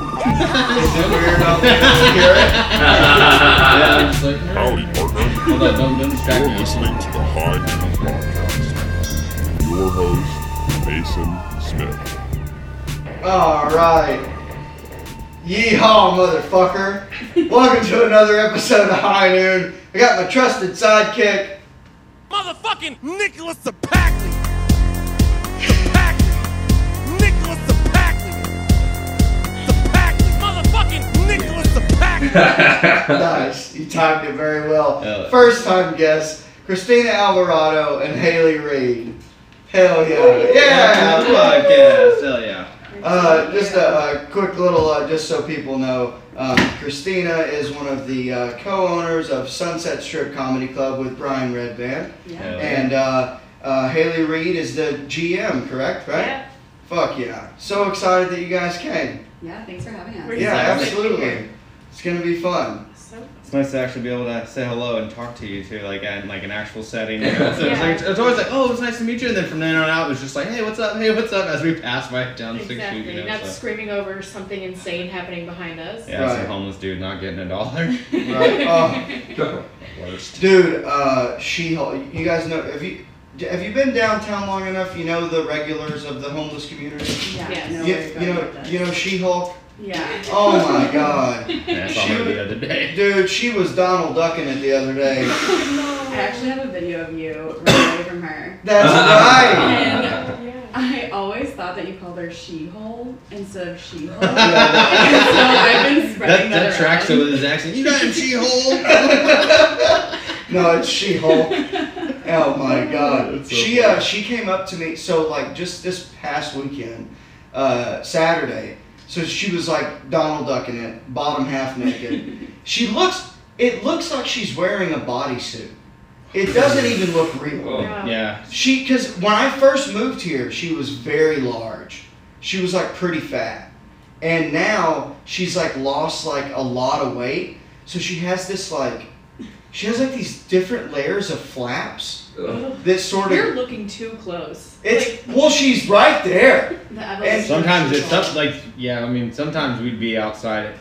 Is it weird not to hear it? yeah, yeah. it's like, Howdy, partner. hold on, don't, don't distract You're me. listening to the High Noon Podcast. Your host, Mason Smith. Alright. Yeehaw, motherfucker. Welcome to another episode of High Noon. I got my trusted sidekick. Motherfucking Nicholas the Packley. The Packley. Nicholas the Packley. The Packley. Motherfucking Nicholas the Packley. Nice. You timed it very well. Hell yeah. First time guests, Christina Alvarado and Haley Reid. Hell yeah. Yeah! podcast. Hell yeah. Uh, just a, a quick little, uh, just so people know, um, Christina is one of the uh, co-owners of Sunset Strip Comedy Club with Brian Redband, Hell yeah. and uh, uh, Haley Reid is the GM, correct? Right? Yeah. Fuck yeah! So excited that you guys came. Yeah, thanks for having us. We're yeah, excited to be absolutely. here. It's gonna be fun. So It's nice to actually be able to say hello and talk to you too, like in like an actual setting. You know? So it's, Yeah. like, it's always like, oh, it was nice to meet you, and then from then on out, it was just like, hey, what's up? Hey, what's up? As we pass right down the Sixth Street, exactly, you know, not so. screaming over something insane happening behind us. yeah, some Right. homeless dude not getting a dollar. Right? Oh, Worst. dude, uh, She-Hulk. You guys know? Have you have you been downtown long enough? You know the regulars of the homeless community. Yeah, Yes. no You, worries you about know, that. you know She-Hulk. Yeah. Oh my god. Yeah, I saw her the other day. Dude, she was Donald ducking it the other day. I actually have a video of you running away from her. That's right. And Yeah. I always thought that you called her she-hole instead of she-hole. so Yeah. I've been That, spreading that, that tracks it around. with his accent. You got him, she-hole. No, it's She-Hulk. Oh my god. That's so She uh funny. she came up to me so like just this past weekend, uh Saturday. So she was like Donald ducking it, bottom half naked. she looks it looks like she's wearing a bodysuit. It doesn't even look real. yeah. She, because when I first moved here, she was very large. She was like pretty fat, and now she's like lost like a lot of weight. So she has this like, she has like these different layers of flaps. This sort You're of looking too close. it's well, she's right there. The evolution of Sometimes it's she-hole. up, like, yeah, I mean, sometimes we'd be outside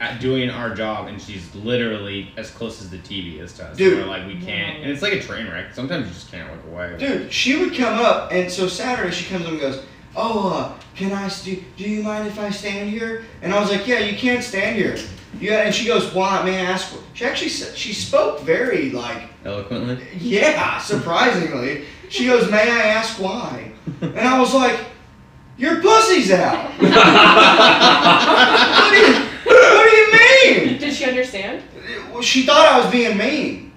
at doing our job, and she's literally as close as the TV is to us. Dude. We're like, we can't. And it's like a train wreck. Sometimes you just can't look away. Dude, she would come up, and so Saturday she comes up and goes, "Oh, uh, can I do? Do you mind if I stand here?" And I was like, "Yeah, you can stand here." Yeah, and she goes, "Why? May I ask?" wh-" She actually said she spoke very like. Eloquently. Yeah, surprisingly. She goes, May I ask why? And I was like, Your pussy's out. what, do you, what do you mean? Did she understand? Well, She thought I was being mean.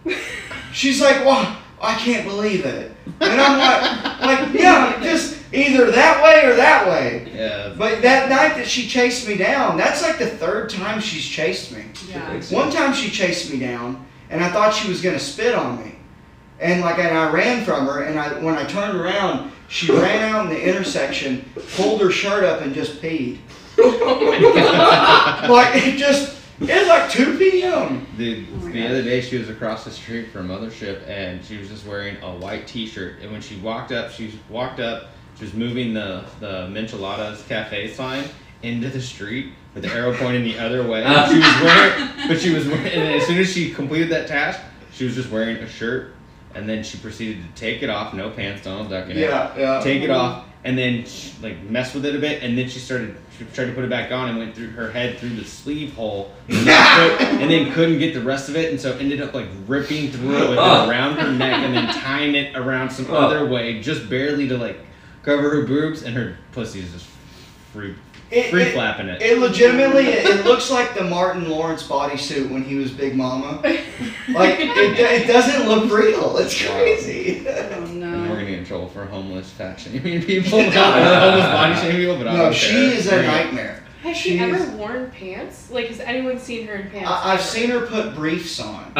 She's like, Well, I can't believe it. And I'm like, like, yeah, just either that way or that way. Yeah. But that night that she chased me down, that's like the third time she's chased me. Yeah. One time she chased me down, and I thought she was gonna spit on me, and like and I ran from her. And I when I turned around, she ran out in the intersection, pulled her shirt up, and just peed. like it just it's like two p.m. The, Oh my the gosh. other day, she was across the street from Mothership, and she was just wearing a white T-shirt. And when she walked up, she walked up. She was moving the the Micheladas Cafe sign into the street with the arrow pointing the other way. And she was wearing, but she was wearing. And then as soon as she completed that task, she was just wearing a shirt, and then she proceeded to take it off, no pants, Donald Duck in it Yeah, yeah. take it off and then she, like mess with it a bit and then she started she tried to put it back on and went through her head through the sleeve hole and then, could, not get the rest of it and so ended up like ripping through it with Oh. it around her neck and then tying it around some Oh. other way just barely to like cover her boobs and her pussy is just free It, free it, flapping it. it legitimately it, it looks like the Martin Lawrence bodysuit when he was Big Mama. Like it, it doesn't look real. It's crazy. Oh And we're no. gonna get in trouble for homeless fat shaming people, not homeless body shaming people, but I No, don't she care. is a nightmare. Has she, She's- ever worn pants? Like, has anyone seen her in pants? I, I've seen her put briefs on.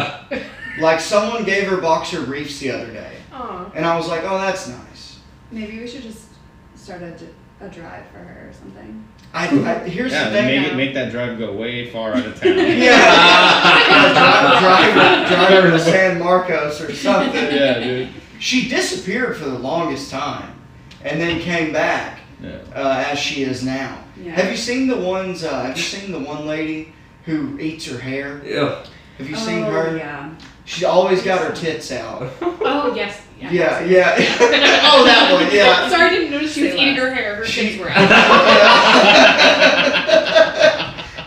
like someone gave her boxer briefs the other day, Aw. and I was like, "Oh, that's nice." Maybe we should just start a, d- a drive for her or something. I, I here's Yeah, the thing. make, it, make that drive go way far out of town. yeah, drive, drive, drive her to San Marcos or something. yeah, dude. She disappeared for the longest time, and then came back. Yeah. uh, as she is now. Yeah. Have you seen the ones? Uh, have you seen the one lady who eats her hair? Yeah. Have you seen Oh, her? Yeah. She always got her tits out. Oh yes. Yeah. Yeah, yeah. oh, that one. Yeah. Sorry, I didn't notice she was Say eating less. her hair. Her She- tits were out.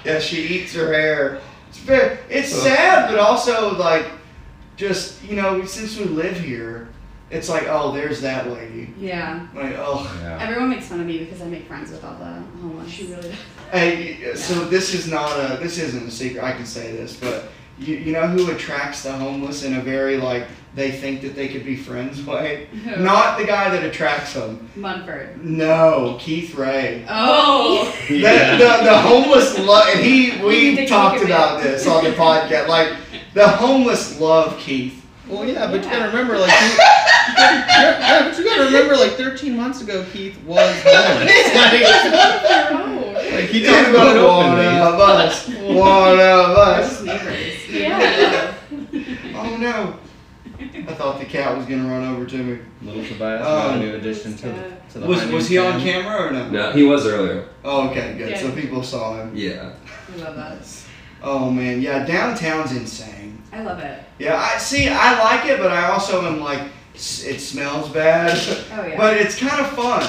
yeah, she eats her hair. It's very, it's sad, but also like, just you know, since we live here, it's like, oh, there's that lady. Yeah. Like, oh, Yeah. Everyone makes fun of me because I make friends with all the homeless. she really. hey. So this is not a, this isn't a secret. I can say this, but you, you know who attracts the homeless in a very like they think that they could be friends way? Who? Not the guy that attracts them. Munford. No, Keith Ray. Oh. That, the, the homeless love, and he, need to we kick talked him about in. this on the podcast. Like, the homeless love Keith. Well, yeah, but you Yeah. gotta remember, like, you, yeah, but you gotta remember, like, 13 months ago, Keith was homeless. like, Oh. like, he talked about it one openly. of us. One of us. Neighbors. Yeah. Oh no. I thought the cat was gonna run over to me. Little Tobias, got a Um, new addition to, the- to the Was High was Noon he on family. camera or no? No, he was earlier. Oh, okay, good. So Yeah. people saw him. Yeah. I love us. Oh man, yeah, downtown's insane. I love it. Yeah, I see. I like it, but I also am like, s- it smells bad. Oh yeah. But it's kind of fun.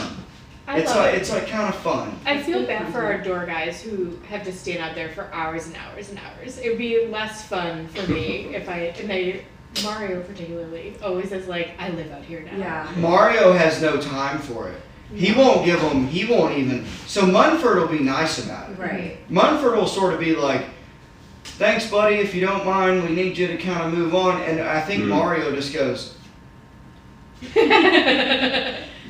I it's love like it. it's like kind of fun. I feel bad for our door guys who have to stand out there for hours and hours and hours. It would be less fun for me if I and they Mario particularly always is like, I live out here now. yeah. Mario has no time for it. He won't give them. He won't even. So Munford will be nice about it. Right. Munford will sort of be like, "Thanks, buddy. If you don't mind, we need you to kind of move on." And I think Mm. Mario just goes,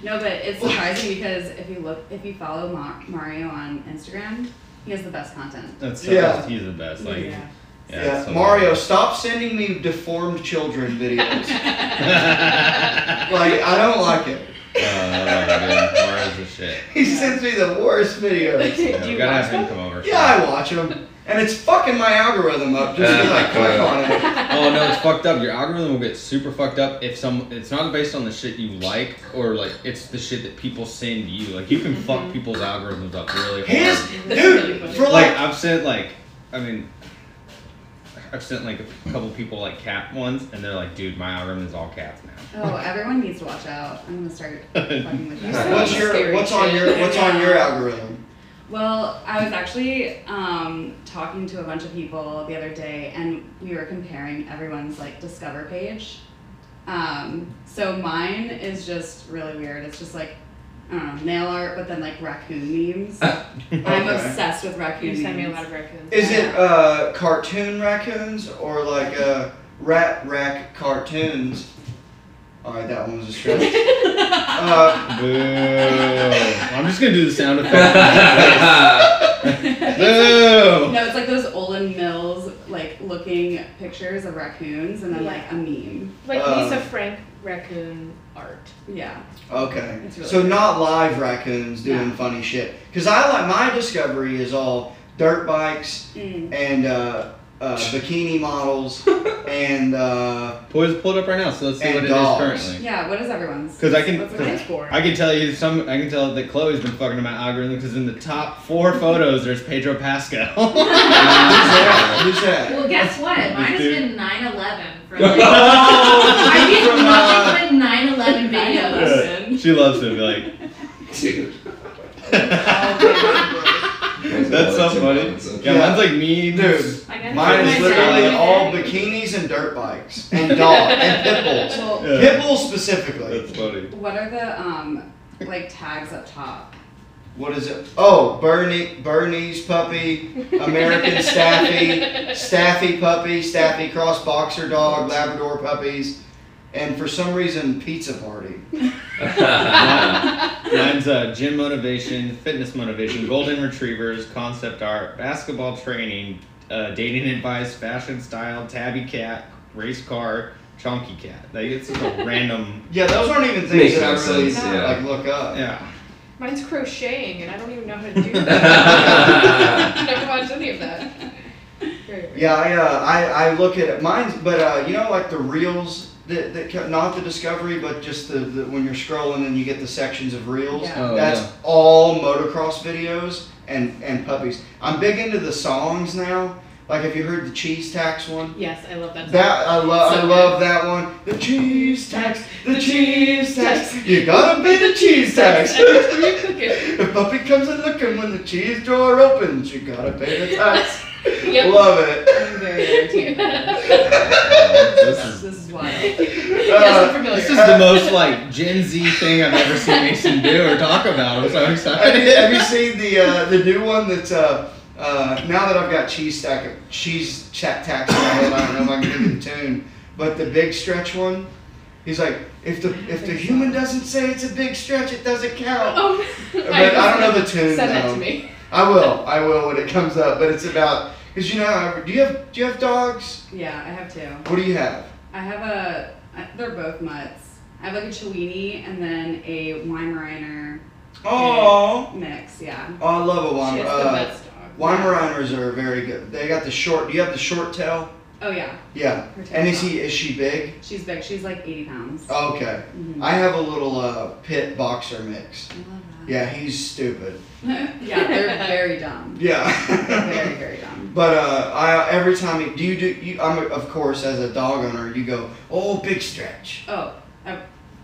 No, but it's surprising because if you look, if you follow Ma- Mario on Instagram, he has the best content. That's so Yeah. He's the best. Like, yeah. "Yeah, it's so Mario, stop sending me deformed children videos. like I don't like it." Uh, dude, Mario's the shit. He sends me the worst videos. Yeah, Do we you gotta watch have him them? come over. Yeah, I watch them, and it's fucking my algorithm up just because I click on it. oh no, it's fucked up. Your algorithm will get super fucked up if some. It's not based on the shit you like or like. It's the shit that people send you. Like you can fuck people's algorithms up really hard. His That's really dude funny. for like like I've sent like, I mean, I've sent like a couple people like cat ones, and they're like, dude, my algorithm is all cats now. Oh, everyone needs to watch out. I'm gonna start fucking with You that. said- what's your Scary what's on your shit. what's on your algorithm? Well, I was actually um, talking to a bunch of people the other day, and we were comparing everyone's like Discover page. Um, so mine is just really weird. It's just like I don't know nail art, but then like raccoon memes. I'm Okay. obsessed with raccoon You memes. send me a lot of raccoons. Is it uh, cartoon raccoons or like uh, rat rack cartoons? All right, that one was a stretch. uh, Boo! I'm just gonna do the sound effect. Boo! No, it's like those Olin Mills like looking pictures of raccoons and then like a meme. like Uh, Lisa Frank raccoon art? Yeah. okay, It's really so good. not live raccoons doing No. funny shit. Cause I like my discovery is all dirt bikes Mm. and uh, uh, bikini models and uh, Boys, pull it up right now. So let's see And what dogs. it is currently. Yeah, what is everyone's? 'Cause I can- What's That's mine? for. I can tell you some. I can tell that Chloe's been fucking to my algorithm because in the top four photos, there's Pedro Pascal. who's that? Who's that? Well, guess what? Mine has dude. been 9 11 for like. Oh, I get From, uh, nothing but 9 11 videos. she loves him. Like Dude. that's so funny. Yeah, mine's like me, Dude, I guess mine my is literally dad- all bikinis and dirt bikes and dog and pit bulls. Well, Yeah. Pit bulls specifically. That's funny. what are the um like tags up top? What is it? Oh, Bernie, Bernie's puppy, American Staffy, Staffy puppy, Staffy cross boxer dog, Labrador puppies, and for some reason pizza party. Mine's uh, gym motivation, fitness motivation, golden retrievers, concept art, basketball training, uh, dating advice, fashion style, tabby cat, race car, chonky cat. Like it's just a random. Yeah, those aren't even things Makes that I no really sense, yeah. like look up. Yeah. Mine's crocheting, and I don't even know how to do that. Never watched any of that. Very weird. Yeah, I, uh, I I look at it. Mine's, but uh, you know, like the reels that, that co- not the Discovery, but just the, the when you're scrolling and you get the sections of reels. Yeah. Oh, That's yeah. all motocross videos and and puppies. I'm big into the songs now. Like, have you heard the Cheese Tax one? Yes, I love that. Song. That I love. I So love that one. The cheese tax. The cheese tax. You gotta be the cheese tax. the puppy comes a looking when the cheese drawer opens. You gotta pay the tax. Yep. Love it. I'm very entertained by this. this is This is wild. Yes, I'm Uh, familiar. This is the most like Gen Z thing I've ever seen Mason do or talk about. I'm so have, you, have excited. you seen the uh, the new one that's uh, uh, now that I've got cheese stack of cheese chat tax in my head, I don't know if I can get the tune. But the big stretch one, he's like, if the if the human doesn't say it's a big stretch, it doesn't count. Oh, But I don't know the tune, Send that though. to me. I will. I will when it comes up. But it's about because you know. how- Do you have Do you have dogs? Yeah, I have two. What do you have? I have a. I- They're both mutts. I have like a Chiweenie and then a Weimaraner Oh, mix. Yeah. oh I love a She Weimar. has the Uh, best dog. Weimaraners are very good. They got the short. Do you have the short tail? Oh yeah. Yeah. Her tail's And is long. he is she big? She's big. She's like 80 pounds. Oh. Okay. Mhm. I have a little uh, pit boxer mix. I love that. Yeah, he's stupid. yeah, they're very dumb. They're very, Yeah. very dumb. But uh, I every time you do you do you I'm of course as a dog owner you go oh big stretch Oh,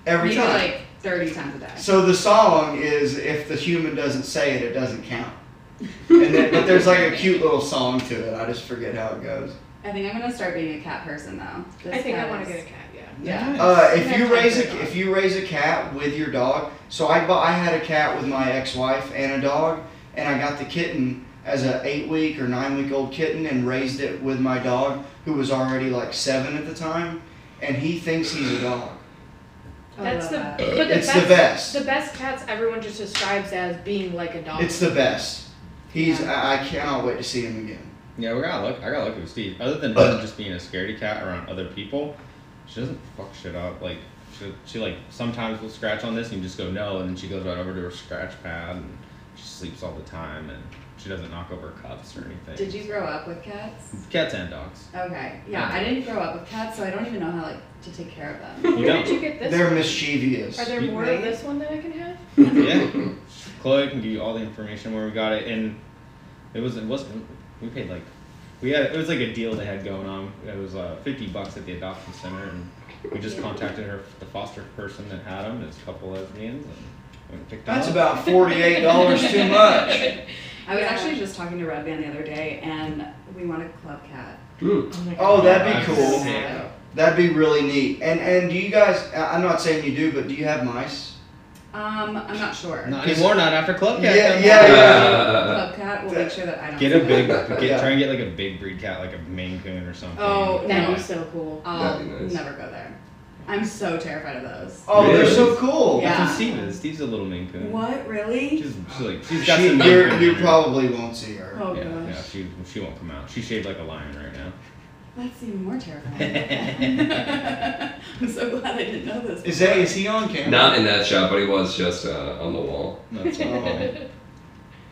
every maybe time like 30 times a day. So the song is if the human doesn't say it, it doesn't count. And then, but there's like a cute little song to it. I just forget how it goes. I think I'm gonna start being a cat person though. This I think cat I want is- to get a cat. Yeah. Yeah. Uh, if you raise a if you raise a cat with your dog, so I bought, I had a cat with my ex-wife and a dog, and I got the kitten as a eight week or nine week old kitten and raised it with my dog who was already like seven at the time, and he thinks he's a dog. I love That's the, that. but the It's the best, best. The best cats everyone just describes as being like a dog. It's the best. He's I, I cannot wait to see him again. Yeah, we gotta look. I gotta look at Steve. Other than him just being a scaredy cat around other people, she doesn't fuck shit up. Like she, she like sometimes will scratch on this and you just go no, and then she goes right over to her scratch pad and she sleeps all the time and she doesn't knock over cups or anything. Did you grow up with cats? Cats and dogs. Okay. Yeah, I didn't grow up with cats, so I don't even know how like to take care of them. You Where don't. did you get this? They're one? mischievous. Are there You- more of this one that I can have? yeah. Chloe can give you all the information where we got it, and it was it wasn't we paid like we had it was like a deal they had going on. It was uh, fifty bucks at the adoption center, and we just contacted her the foster person that had them. It was a couple lesbians, and we picked them That's up. about forty-eight dollars too much. I was Yeah. actually just talking to Red Band the other day, and we want a club cat. Oh my Oh, that'd be I'd cool. say- That'd be really neat. And and do you guys? I- I'm not saying you do, but do you have mice? Um, I'm not sure. Not anymore. Not after club cat. Yeah, comes yeah, out. yeah. Club cat. We'll make sure that I don't. Get see a big, that. get, Yeah. try and get like a big breed cat, like a Maine Coon or something. Oh, That'd Like, be so cool. I'll That'd be nice. never go there. I'm so terrified of those. Oh, they're Really? so cool. Yeah. That's what Steve is. Steve's a little Maine Coon. What really? She's, she's like she's got She, some Maine you're, Coon you in her. probably won't see her. Oh Yeah, gosh, yeah, she she won't come out. She shaved like a lion right now. that's even more terrifying. I'm so glad I didn't know this. Is that is he on camera? Not in that shot, but he was just uh, on the wall. That's all.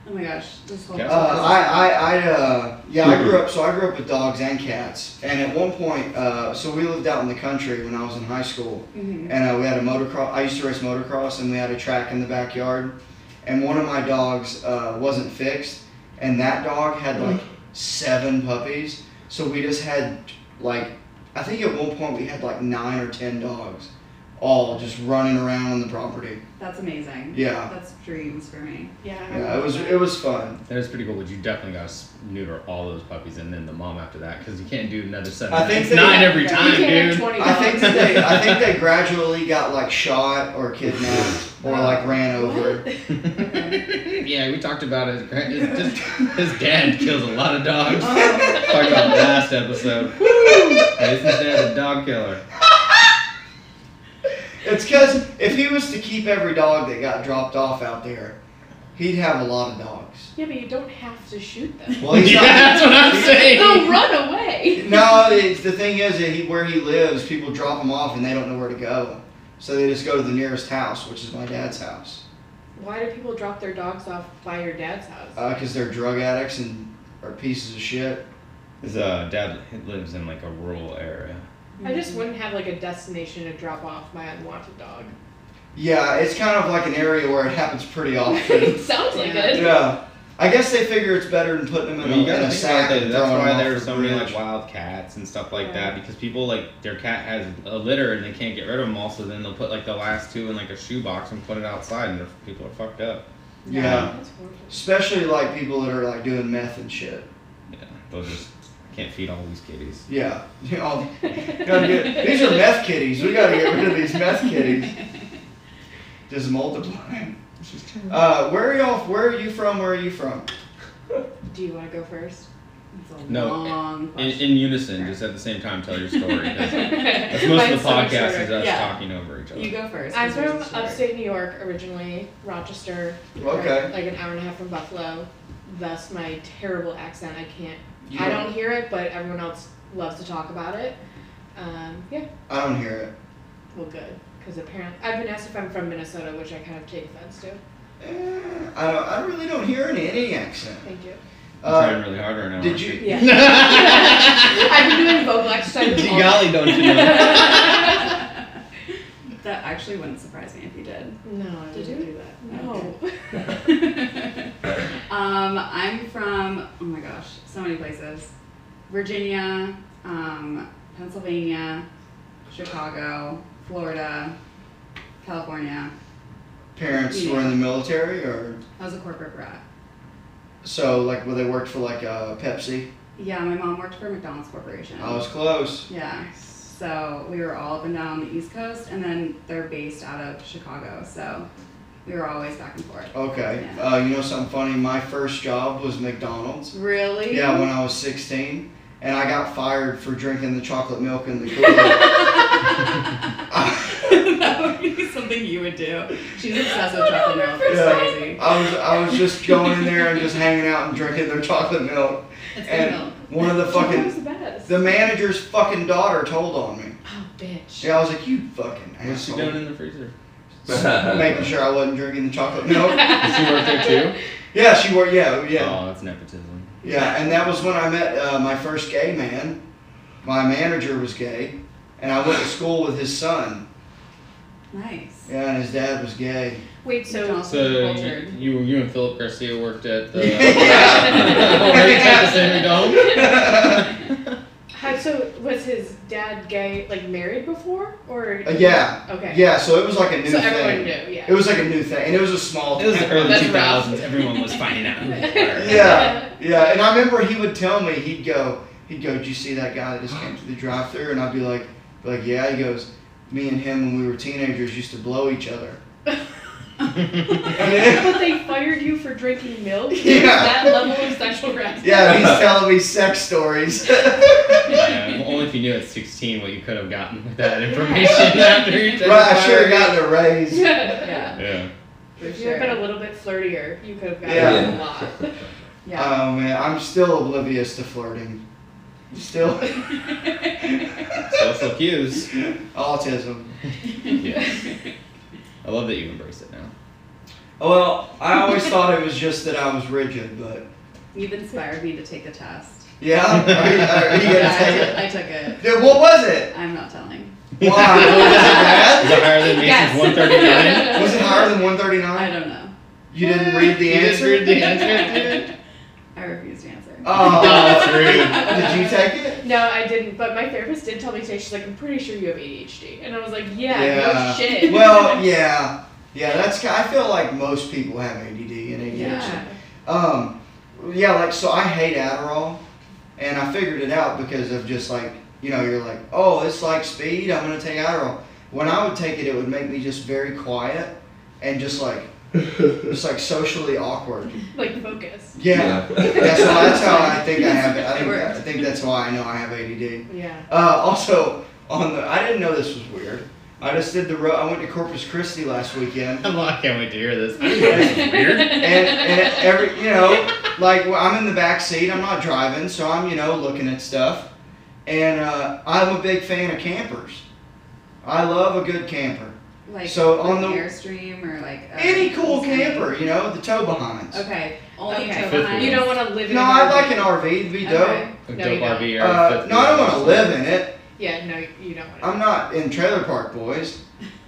Oh my gosh, this whole. Yeah. Uh, I, I, I, uh, yeah, I grew up, so I grew up with dogs and cats. And at one point, uh, so we lived out in the country when I was in high school. Mhm. and uh, we had a motocross. I used to race motocross, and we had a track in the backyard. And one of my dogs uh, wasn't fixed, and that dog had like seven puppies. So we just had like, I think at one point we had like nine or ten dogs, all just running around on the property. That's amazing. Yeah, That's dreams for me. Yeah. yeah, it was it was fun. That is pretty cool, but you definitely got to neuter all those puppies and then the mom after that because you can't do another seven. I think It's they- nine every You You time, can't have dude. twenty. I think that dogs. they, I think they gradually got like shot or kidnapped or like ran over. yeah, we talked about it. Grant- His, just, his dad kills a lot of dogs. Oh. Talked about it last episode. Isn't dad a dog killer? It's because if he was to keep every dog that got dropped off out there, he'd have a lot of dogs. Yeah, but you don't have to shoot them. Well, he's yeah, that's what I'm saying. They'll run away. not. No, it's, the thing is that he, where he lives, people drop him off and they don't know where to go, so they just go to the nearest house, which is my dad's house, Why do people drop their dogs off by your dad's house? because uh, they're drug addicts and are pieces of shit. His uh, dad lives in like a rural area. I just wouldn't have like a destination to drop off my unwanted dog. Yeah, it's kind of like an area where it happens pretty often. it sounds like Yeah. it. yeah. I guess they figure it's better than putting them I in, mean, you a, in gotta a think about sack. that. and That's throwing them why off there's the so many like bridge. wild cats and stuff like that Yeah. because people like their cat has a litter and they can't get rid of them all, so then they'll put like the last two in like a shoebox and put it outside, and the people are fucked up. Yeah. That's horrible. Especially like people that are like doing meth and shit. Yeah, they'll just I can't feed all these kitties. Yeah. You know, you gotta get- these are meth kitties. We gotta get rid of these meth kitties. Just multiply 'em. Uh, where are y'all? Where are you from? Where are you from? Do you want to go first? It's a No, long In, question. in unison, just at the same time, tell your story. 'cause That's most Mine's of the so much podcast shorter. is us Yeah. talking over each other. you go first. I'm 'cause yours from is short. upstate New York originally, Rochester. Okay. Like, like an hour and a half from Buffalo. Thus my terrible accent. I can't. You I don't hear it, but everyone else loves to talk about it. Um, yeah. I don't hear it. Well, good. Because apparently I've been asked if I'm from Minnesota, which I kind of take offense to. Eh, I don't. I really don't hear any any accent. Thank you. I'm Uh, trying really hard right now. did aren't you? Yeah. I've been doing vocal exercises. all- Golly, don't you know? That actually wouldn't surprise me if you did. No, I Did didn't you? do that. No. um, I'm from, oh my gosh, so many places Virginia, um, Pennsylvania, Chicago, Florida, California. Parents were in the military, or I was a corporate brat. so like where they worked for like uh, Pepsi. Yeah, my mom worked for McDonald's Corporation. I was close. Yeah. So we were all up and down the East Coast, and then they're based out of Chicago. So we were always back and forth. Okay. Yeah. Uh, you know something funny? My first job was McDonald's. Really? Yeah, when I was 16, and I got fired for drinking the chocolate milk and the Kool-Aid. that would be something you would do. She's obsessed with chocolate milk. It's Yeah. crazy. I was I was just going in there and just hanging out and drinking their chocolate milk, It's good and milk. one of the That was fucking the best. the manager's fucking daughter told on me. oh, bitch. Yeah, I was like, you fucking What's she doing asshole, in the freezer? making sure I wasn't drinking the chocolate milk. Does she work there too? yeah, she wore. Yeah, yeah. Oh, that's Oh, nepotism. Yeah, and that was when I met uh, my first gay man. My manager was gay, and I went to school with his son. Nice. Yeah, and his dad was gay. Wait, so So Cultured. you, you you and Philip Garcia worked at the Yeah. Were you at the same McDonald's? how, so was his dad gay, like married before, or? Uh, yeah, Okay. yeah. So it was like a new So thing. everyone knew, yeah. It was like a new thing, and it was a small. It was the town. early That's two thousands. rough. Everyone was finding out. who they were. Yeah, yeah. And I remember he would tell me he'd go, he'd go, "Did you see that guy that just came through the drive-through?" And I'd be like, be like yeah. He goes, "Me and him when we were teenagers used to blow each other." I mean, but they fired you for drinking milk. Yeah. That level of sexual harassment. yeah, he's telling me sex stories. Yeah, well, only if you knew at sixteen what you could have gotten with that information after you Right, I should have gotten a raise. Yeah. Yeah. If you had been a little bit flirtier, you could have gotten Yeah. a lot. Yeah. Oh man, I'm still oblivious to flirting. Still Social cues. autism. Yes. I love that you embrace it now. Well, I always thought it was just that I was rigid, but You've inspired me to take the test. yeah. Are you, are you Yeah, gonna I, take took, it? I took it. Dude, what was it? I'm not telling. Why? Was it Is bad? it higher than Mason's Yes. 139? Was it higher than I 139? don't know. You didn't read the You didn't answer. read the answer, dude? I refuse to answer. Oh, Oh, that's did you take it? No, I didn't. But my therapist did tell me today. She's like, "I'm pretty sure you have ADHD," and I was like, "Yeah, no shit." Well, yeah, yeah. That's. ki- I feel like most people have ADD and ADHD. yeah. Um, yeah, like so I hate Adderall, and I figured it out because of just like you know you're like oh it's like speed I'm gonna take Adderall. When I would take it, it would make me just very quiet and just like just like socially awkward. Like focus. Yeah, that's why that's how I think I have it. I think, I think that's why I know I have ADD. Yeah. Uh, also on the I didn't know this was weird. I just did the ro- I went to Corpus Christi last weekend. I'm like, I can't wait to hear this. This is weird. and, and every you know like well, i'm in the back seat i'm not driving so i'm you know looking at stuff and uh, i'm a big fan of campers i love a good camper Like So like on the- airstream or like a- any cool camper you know the tow behinds Uh, Okay. Only Okay. okay. Fifth You don't want to live in. no an i'd RV. like an rv to be dope Okay. A No, dope you don't. RV or uh, a no i don't want to 50. live in it Yeah, no, you don't want to. I'm not in Trailer Park Boys,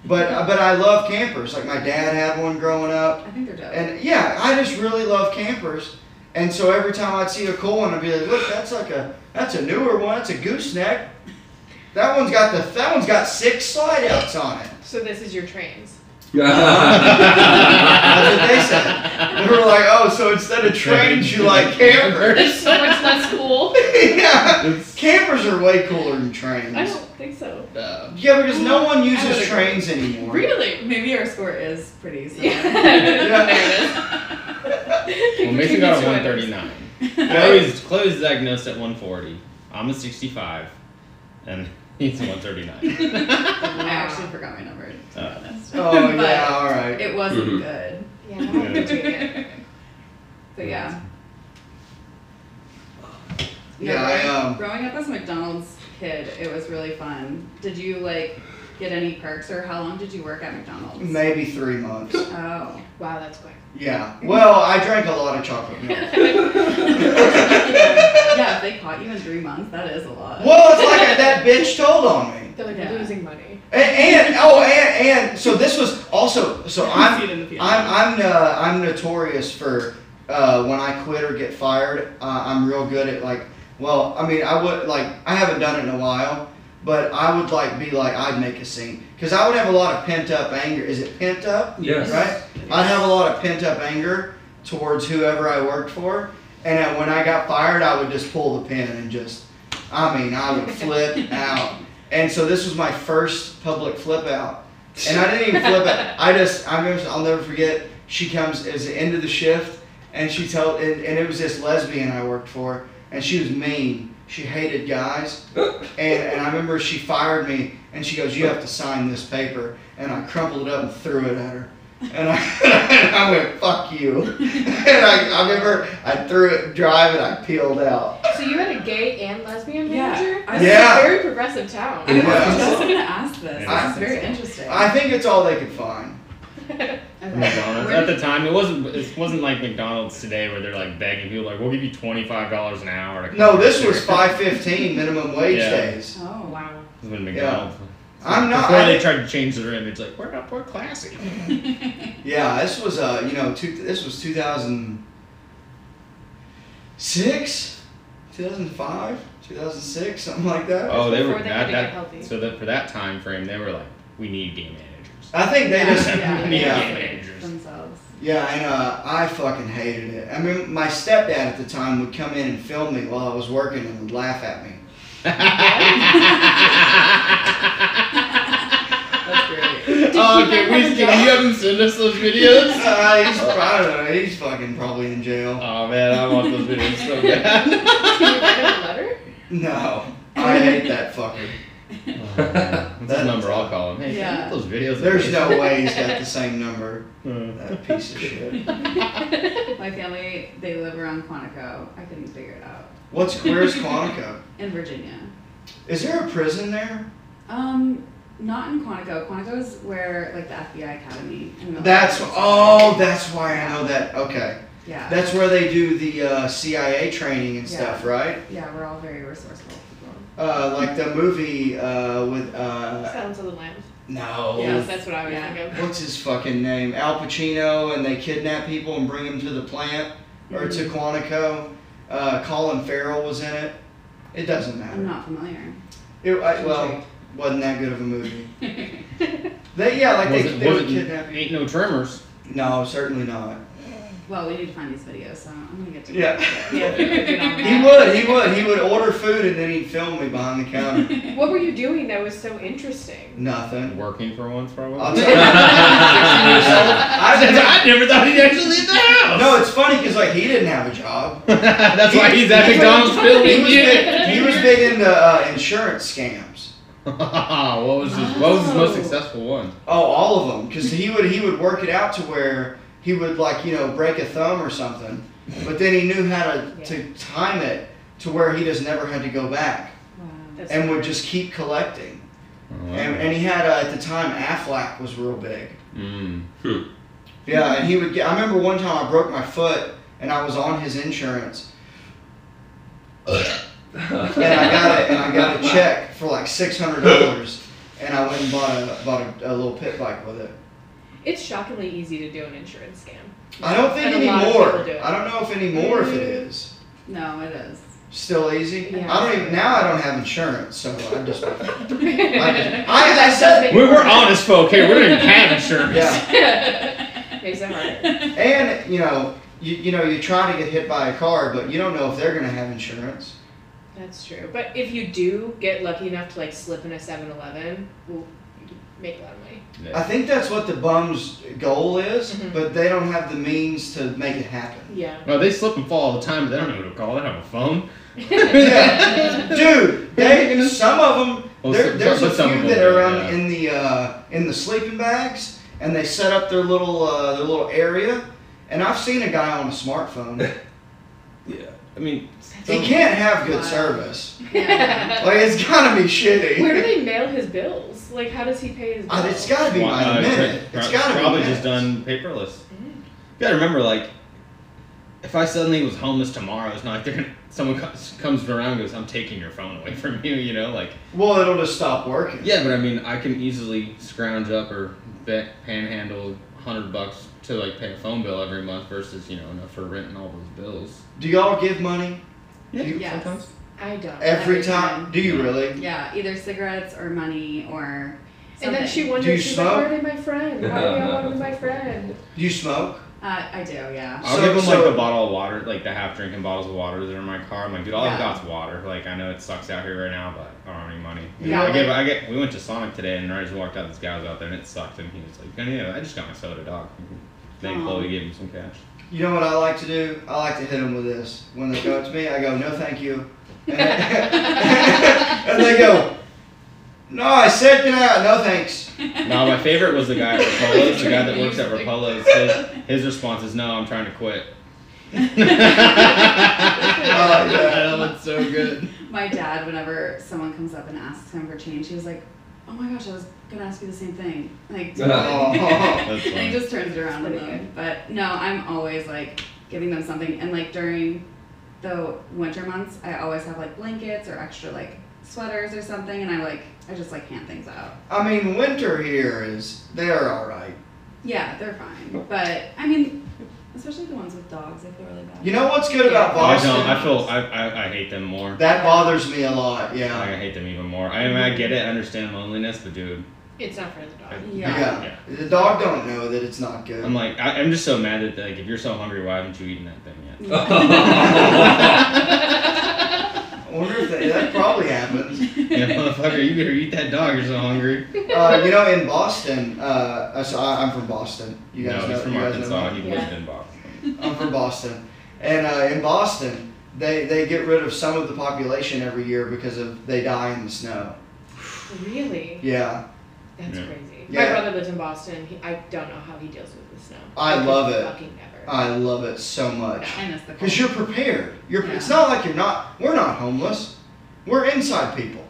but uh, but I love campers. Like my dad had one growing up, I think they're dope. and yeah, I just really love campers. And so every time I'd see a cool one, I'd be like, "Look, that's like a that's a newer one. That's a gooseneck. That one's got the that one's got six slide outs on it." So this is your trains. That's what they said. They were like, "Oh, so instead of trains, you like campers?" so much less cool. yeah, campers are way cooler than trains. I don't think so. Uh, Yeah, because no one I would uses agree. trains anymore. Really? Maybe our score is pretty similar. Yeah. There it is. well, Mason got a 139. Right? Chloe's, Chloe's diagnosed at 140. I'm a 65, and he's a 139. I actually forgot my number. To be Uh. honest. Oh But yeah, all right. It wasn't Mhm. good. Yeah, I would take it. So yeah. Yeah, I, um, growing up as a McDonald's kid, it was really fun. Did you like get any perks, or how long did you work at McDonald's? Maybe three months. Oh, Wow, that's quick. Yeah. Well, I drank a lot of chocolate milk. yeah. If they caught you in three months, that is a lot. Well, it's like that bitch told on me. They're like Yeah. losing money. And, and oh, and, and so this was also so See it in the I'm I'm future. I'm uh, I'm notorious for uh, when I quit or get fired. Uh, I'm real good at like. Well, I mean, I would like I haven't done it in a while, but I would like be like I'd make a scene because I would have a lot of pent up anger. Is it pent up? yes. right? I'd have a lot of pent up anger towards whoever I worked for, and I- when I got fired, I would just pull the pin and just, I mean, I would flip out. And so this was my first public flip out, and I didn't even flip it. I just, I remember, I'll never forget. She comes it was the end of the shift, and she told, and, and it was this lesbian I worked for, and she was mean. She hated guys, and, and I remember she fired me, and she goes, "You have to sign this paper," and I crumpled it up and threw it at her. And I, and I went, fuck you. And I, I remember I threw it drive and I peeled out. So you had a gay and lesbian Yeah. manager? I- This is Yeah. a very progressive town. I was Yeah. just gonna ask this. Yeah. This is very interesting. I think it's all they could find. okay. McDonald's at the time, it wasn't. It wasn't like McDonald's today, where they're like begging people, like, "We'll give you twenty five dollars an hour." To come No, work this here." was 515 minimum wage Yeah. days. Oh wow. wow. This is when McDonald's. I'm not. Before they I, tried to change their image, like we're not, we're classy. yeah, this was uh, you know, two, this was 2006, 2005, 2006, something like that. Oh, they were Before they had that, to get that healthy. so that for that time frame, they were like, we need game managers. I think they Yeah. just we need yeah. game managers. Themselves. Yeah, and uh, I fucking hated it. I mean, my stepdad at the time would come in and film me while I was working and would laugh at me. That's great. Oh, can we? Can you have them send us those videos? Uh, he's, I don't know, he's fucking probably in jail. Oh man, I want those videos so bad. Can you write him a letter? No, I hate that fucker. That's the number I'll call him. Hey, send Yeah. us those videos. There's no way he's got the same number. Uh, That piece of shit. My family, they live around Quantico. I couldn't figure it out. What's Queer's Quantico? In Virginia. Is there a prison there? Um, not in Quantico. Quantico is where like the FBI Academy. and the That's oh, that's why I know that. Okay, Yeah. that's where they do the uh, CIA training and stuff, right? yeah, we're all very resourceful. Uh, like the movie uh, with uh, Sounds of the Lambs. no. Yes, that's what I was Yeah. thinking. what's his fucking name? Al Pacino, and they kidnap people and bring them to the plant or to Quantico. Uh, Colin Farrell was in it. It doesn't I'm matter. not familiar. It, I, well, wasn't that good of a movie. They, yeah, like was they, it, they was would it, kidnap. ain't no tremors. No, certainly not. Well, we need to find these videos, so I'm gonna get to Yeah, he Yeah. would, he would, he would order food and then he'd film me behind the counter. What were you doing that was so interesting? Nothing. Working for once probably. I'll tell you. 16 years old. I, I- never thought he'd actually leave the house. No, it's funny because like he didn't have a job. that's why he's at He- McDonald's He building was big, he was big into uh, insurance scams. what was his What was his most Oh. successful one? Oh, all of them, because he would he would work it out to where he would like you know break a thumb or something, but then he knew how to, to time it to where he just never had to go back Wow. That's and would just keep collecting. And, and he had uh, at the time Aflac was real big. Mm. Yeah, and he would get. I remember one time I broke my foot and I was on his insurance. and I got it, and I got a check for like six hundred dollars, and I went and bought a bought a, a little pit bike with it. It's shockingly easy to do an insurance scam. I don't think And a lot of anymore. people do it. I don't know if anymore if it is No, it is. still easy. Yeah. I don't even now. I don't have insurance, so I just I, just, That I, I does said make We it were harder. honest folk here. We don't even have insurance. yeah. Makes it harder. And you know, you you know, you try to get hit by a car, but you don't know if they're gonna have insurance. That's true. But if you do get lucky enough to like slip in a 7-Eleven, well, you make a lot of money. I think that's what the bum's goal is, Mhm. but they don't have the means to make it happen. Yeah. No, they slip and fall all the time, but they don't know who to call. They don't have a phone. Yeah. Dude, they, some of them, Well, there, some- there's a but some few of that them, are on, yeah. in the uh, in the sleeping bags, and they set up their little uh, their little area. And I've seen a guy on a smartphone. Yeah. I mean, he can't have good Wow. service. Yeah. Like it's gotta be shitty. Where do they mail his bills? Like, how does he pay his bills? Uh, it's gotta be by the uh, minute. pro- it's gotta probably be minutes. just done paperless. You gotta remember, like, if I suddenly was homeless tomorrow, it's not like they're gonna, someone comes, comes around and goes, "I'm taking your phone away from you," you know, like. Well, it'll just stop working. Yeah, but I mean, I can easily scrounge up or bet panhandle hundred bucks to like pay a phone bill every month versus you know enough for rent and all those bills. Do y'all give money? Yeah, Do you- Yes. I don't. Every Every time? time. Do you really? Yeah, either cigarettes or money or. And then she Do something. you wonders, she's smoke? like, where did my friend? Why did I want to my friend? Do you smoke? Uh, I do, yeah. I'll So- give them so- like the bottle of water, like the half drinking bottles of water that are in my car. I'm like, dude, all Yeah. I've got's water. Like, I know it sucks out here right now, but I don't have any money. You Yeah, know, I like- gave, I get. We went to Sonic today, and I just walked out. This guy was out there, and it sucked. And he was like, "Yeah, yeah, I just got my soda, dog." Then Aw. Chloe gave him some cash. You know what I like to do? I like to hit them with this. When they go up to me, I go, no, thank you. And, and they go, no, I said you know, no, thanks. No, my favorite was the guy at Rapolo's. The guy that works at Rapolo's. His, his response is, "No, I'm trying to quit." Oh, Uh, yeah. That was so good. My dad, whenever someone comes up and asks him for change, he was like, "Oh my gosh, I was gonna ask you the same thing." Like, Oh. That's and he funny. just turns it around on That's pretty you. But no, I'm always like giving them something, and like during the winter months, I always have like blankets or extra like sweaters or something, and I like I just like hand things out. I mean, winter here is, they're all right. Yeah, they're fine. But I mean, especially the ones with dogs, they feel really bad. You know what's good about Yeah. I Boston? don't. I feel. I, I, I hate them more. that bothers me a lot, yeah. Like, I hate them even more. I mean, I get it. I understand loneliness, but dude, It's not for the dog. Yeah. Yeah. Yeah. The dog don't know that it's not good. I'm like, I, I'm just so mad that like, if you're so hungry, why haven't you eaten that thing yet? Mm, I Oh, wonder if that, that probably happens. You know, motherfucker, you better eat that dog. You're so hungry. Uh, you know, in Boston, uh, uh, so I, I'm from Boston. You guys no, know. he's from you guys Arkansas. Know He me? Yeah. lived in Boston. I'm from Boston, and uh, in Boston, they they get rid of some of the population every year because of they die in the snow. Really? Yeah, That's Yeah. crazy. Yeah. My brother lives in Boston. He, I don't know how he deals with the snow. I could love it. Fucking never. I love it so much I miss the cold. because you're prepared. You're Yeah. it's not like you're not. We're not homeless. We're inside people.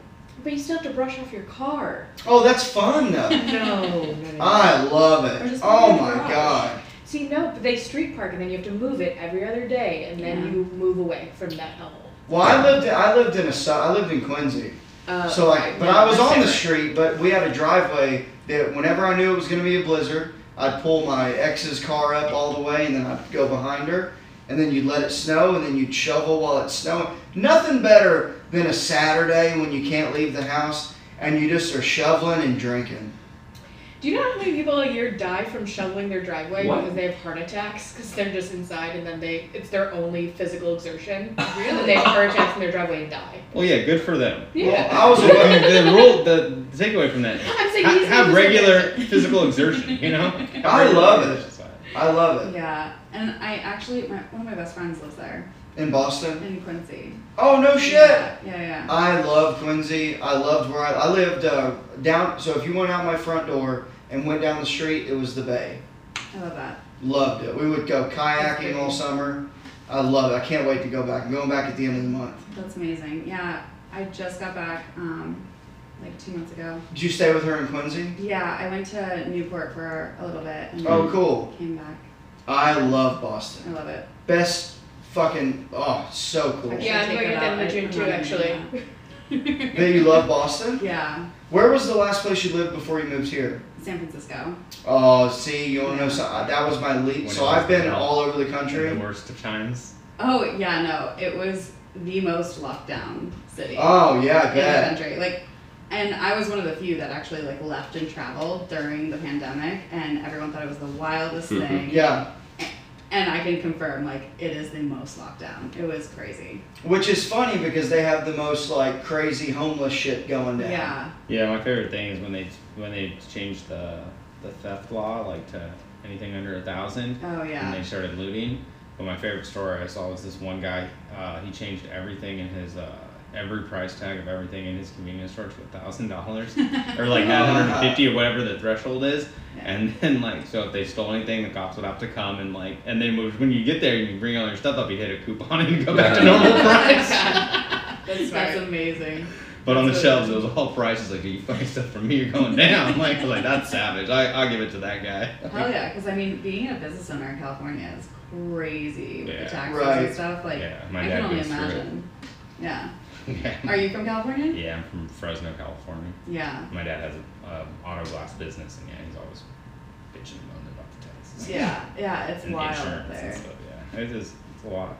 but you still have to brush off your car. Oh, that's fun though. No, no, no. no. I love Or it. just Oh leave it in my the garage. god. See, no, but they street park and then you have to move it every other day, and then Yeah. you move away from that level. Well, I lived in, I lived in a su- I lived in Quincy. Oh, Uh, So like, I- but no, I was that's on the different. street, but we had a driveway that whenever I knew it was gonna be a blizzard, I'd pull my ex's car up all the way and then I'd go behind her. And then you'd let it snow and then you'd shovel while it's snowing. Nothing better than a Saturday when you can't leave the house and you just are shoveling and drinking. Do you know how many people a year die from shoveling their driveway What? because they have heart attacks because they're just inside and then they it's their only physical exertion. Really? they have heart attacks in their driveway and die. Well, yeah, good for them. Yeah. Well, I was I mean, aware, the rule, the takeaway from that, I'm saying ha- he's- have he's- regular physical exertion. You know, Have I regular love it. exercise. I love it. Yeah, and I actually, my, one of my best friends lives there In Boston? in Quincy. Oh no shit! Yeah, yeah, I love Quincy. I loved where I, I lived uh, down. So if you went out my front door and went down the street, it was the bay. yeah. I love that. Loved it. We would go kayaking all summer. I love it. I can't wait to go back. I'm going back at the end of the month. That's amazing. Yeah, I just got back um, like two months ago. Did you stay with her in Quincy? Yeah, I went to Newport for a little bit and Oh, cool. came back. I love I Boston. love it. Best Fucking oh, so cool. Yeah, I'm going to Denver June too, actually. That you love Boston. Yeah, Where was the last place you lived before you moved here? San Francisco. Oh, see, you want to know something? That was my leap. When So it was I've been down. all over the country. The worst of times. Oh yeah, no, it was the most lockdown city Oh yeah, I in the bet. country. Like, and I was one of the few that actually like left and traveled during the pandemic, and everyone thought it was the wildest Mhm. thing. Mm-hmm. Yeah, And I can confirm, like, it is the most lockdown. It was crazy. which is funny because they have the most like crazy homeless shit going down. Yeah. Yeah, my favorite thing is when they when they changed the the theft law like to anything under a thousand, Oh and yeah. they started looting. But my favorite story I saw was this one guy. Uh, he changed everything in his uh, every price tag of everything in his convenience store to a thousand dollars, or like nine hundred and fifty or whatever the threshold is. And then like so, if they stole anything, the cops would have to come and like and they moved. When you get there, you bring all your stuff up, you hit a coupon and go back to normal price. That's, That's amazing. But on the shelves, it was all prices. Like, you fucking stuff from me, you're going down. Like, like that's savage. I, I give it to that guy. Hell yeah, because I mean, being a business owner in California is crazy with Yeah. the taxes Right. and stuff. Like, Yeah, my I dad can only goes through it. imagine. Yeah. Yeah. Are you from California? Yeah, I'm from Fresno, California. Yeah. My dad has an um, auto glass business, and yeah, he's always bitching and moaning about the taxes. Yeah. Yeah, it's And wild up insurance and there. stuff. Yeah, it's just it's a lot.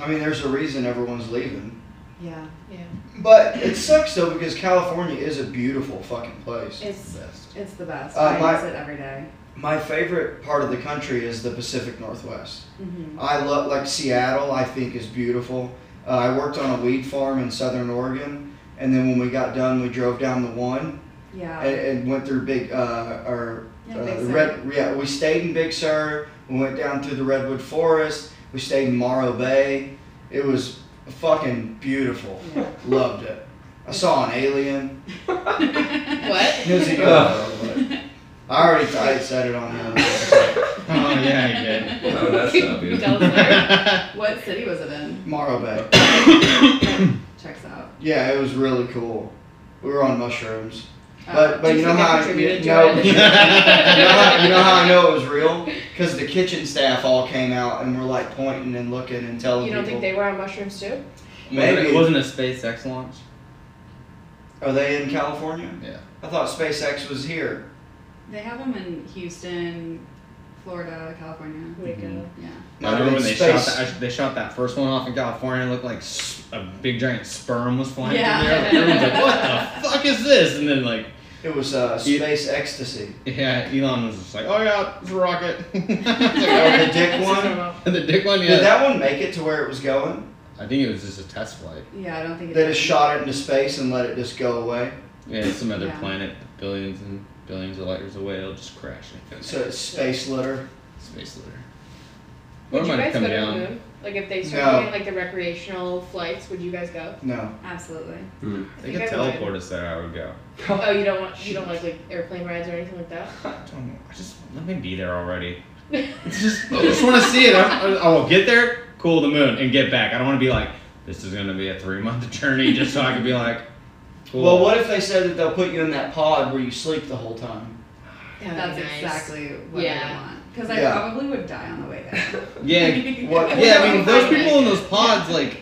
I mean, there's a reason everyone's leaving. Yeah. Yeah. But it sucks though because California is a beautiful fucking place. It's Best. it's the best. Uh, I my- use it every day. My favorite part of the country is the Pacific Northwest. Mhm. I love like Seattle. I think is beautiful. Uh, I worked on a weed farm in Southern Oregon, and then when we got done, we drove down the one Yeah. and, and went through Big uh, or Yeah, uh, Big the Sur. Red. Yeah, we stayed in Big Sur. We went down through the redwood forest. We stayed in Morrow Bay. It was fucking beautiful. Yeah. Loved it. I saw an alien. What? It was a- Ugh. I already I said it on the Oh yeah, you did. No, that's not That beautiful. was there. what city was it in? Morrow Bay. Checks out. Yeah, it was really cool. We were on mushrooms. Uh, But but do you you know think that how I, you, contributed to no, it? you know how you know how I know it was real because the kitchen staff all came out and were like pointing and looking and telling You don't people. think they were on mushrooms too? Wasn't Maybe. it wasn't a SpaceX launch. Are they in California? Yeah. I thought SpaceX was here. Uh, They have them in Houston, Florida, California. Waco. Yeah. Mm-hmm. Might I have remember when been they space. shot that. They shot that first one off in California. It looked like s- a big giant sperm was flying Yeah. through there. Everyone's like, "What the fuck is this?" And then like, It was uh, You- space ecstasy. yeah, Elon was just like, "Oh yeah, it's a rocket." Or Mm-hmm. Oh, the dick That's one. normal. and the dick one, Oh, yeah. Did that one make it to where it was going? I think it was just a test flight. Yeah, I don't think it They did. just shot it into space and let it just go away. Yeah, it's some other Yeah. planet, billions and billions of light years away. It'll just crash and So it's space litter. space litter. Or Would it you might have guys go come to the down. moon? Like if they started No. doing like the recreational flights, would you guys go? No. Absolutely. They You could guys teleport us there. I would go. Oh, you don't want you don't like like airplane rides or anything like that. I don't know. I just let me be there already. It's just, I just want to see it. I, I, I will get there, cool the moon, and get back. I don't want to be like, this is going to be a three month journey just so I can be like, cool. Well, what if they said that they'll put you in that pod where you sleep the whole time? That's exactly what I Yeah. would want. Because I Yeah. probably would die on the way there. Yeah, What? yeah. I mean, those people in those pods, like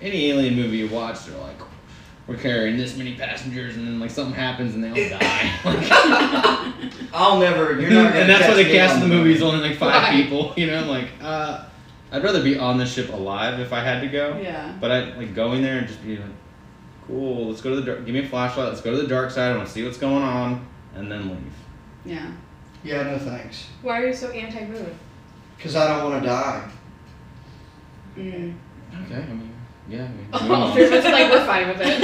any alien movie you watch, they're like, we're carrying this many passengers, and then like something happens and they all die. Like, I'll never. You're not. gonna Hmm, and that's why catch the me cast on of the movie is moon. only like five Right. people. You know, like uh, I'd rather be on the ship alive if I had to go. yeah. But I like going there and just be like, cool, let's go to the dark. Give me a flashlight. Let's go to the dark side. I want to see what's going on, and then leave. Yeah. Yeah, no thanks. Why are you so anti-moon? Because I don't want to die. Mm. Okay, I mean, yeah. I mean, move Oh, on. three months, like we're fine with it.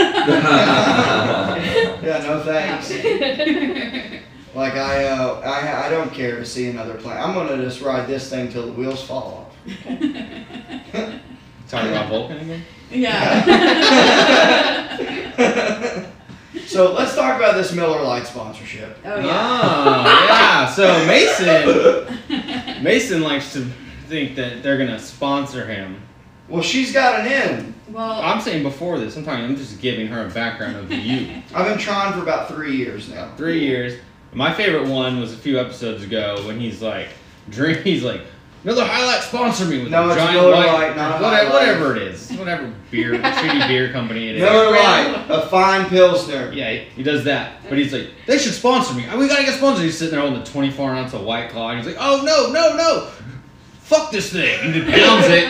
Yeah, no thanks. Like I, uh, I, I don't care to see another planet. I'm gonna just ride this thing till the wheels fall off. Talking about Vulcan again. Yeah. so let's talk about this Miller Lite sponsorship. oh, yeah. Oh yeah. So Mason, Mason likes to think that they're gonna sponsor him. Well, she's got an in. Well, I'm saying before this. I'm talking. I'm just giving her a background of you. I've been trying for about three years now. Three years. My favorite one was a few episodes ago when he's like, drink. He's like, Miller High Life sponsor me with No, a it's giant Miller white, Lite, not whatever, High Life. whatever it is, whatever beer, shitty beer company it is. Miller Lite, a fine pilsner. Yeah, he- he does that. But he's like, they should sponsor me. We gotta get sponsored. He's sitting there holding a 24 ounce of White Claw, and he's like, oh no, no, no, fuck this thing. And then pounds it,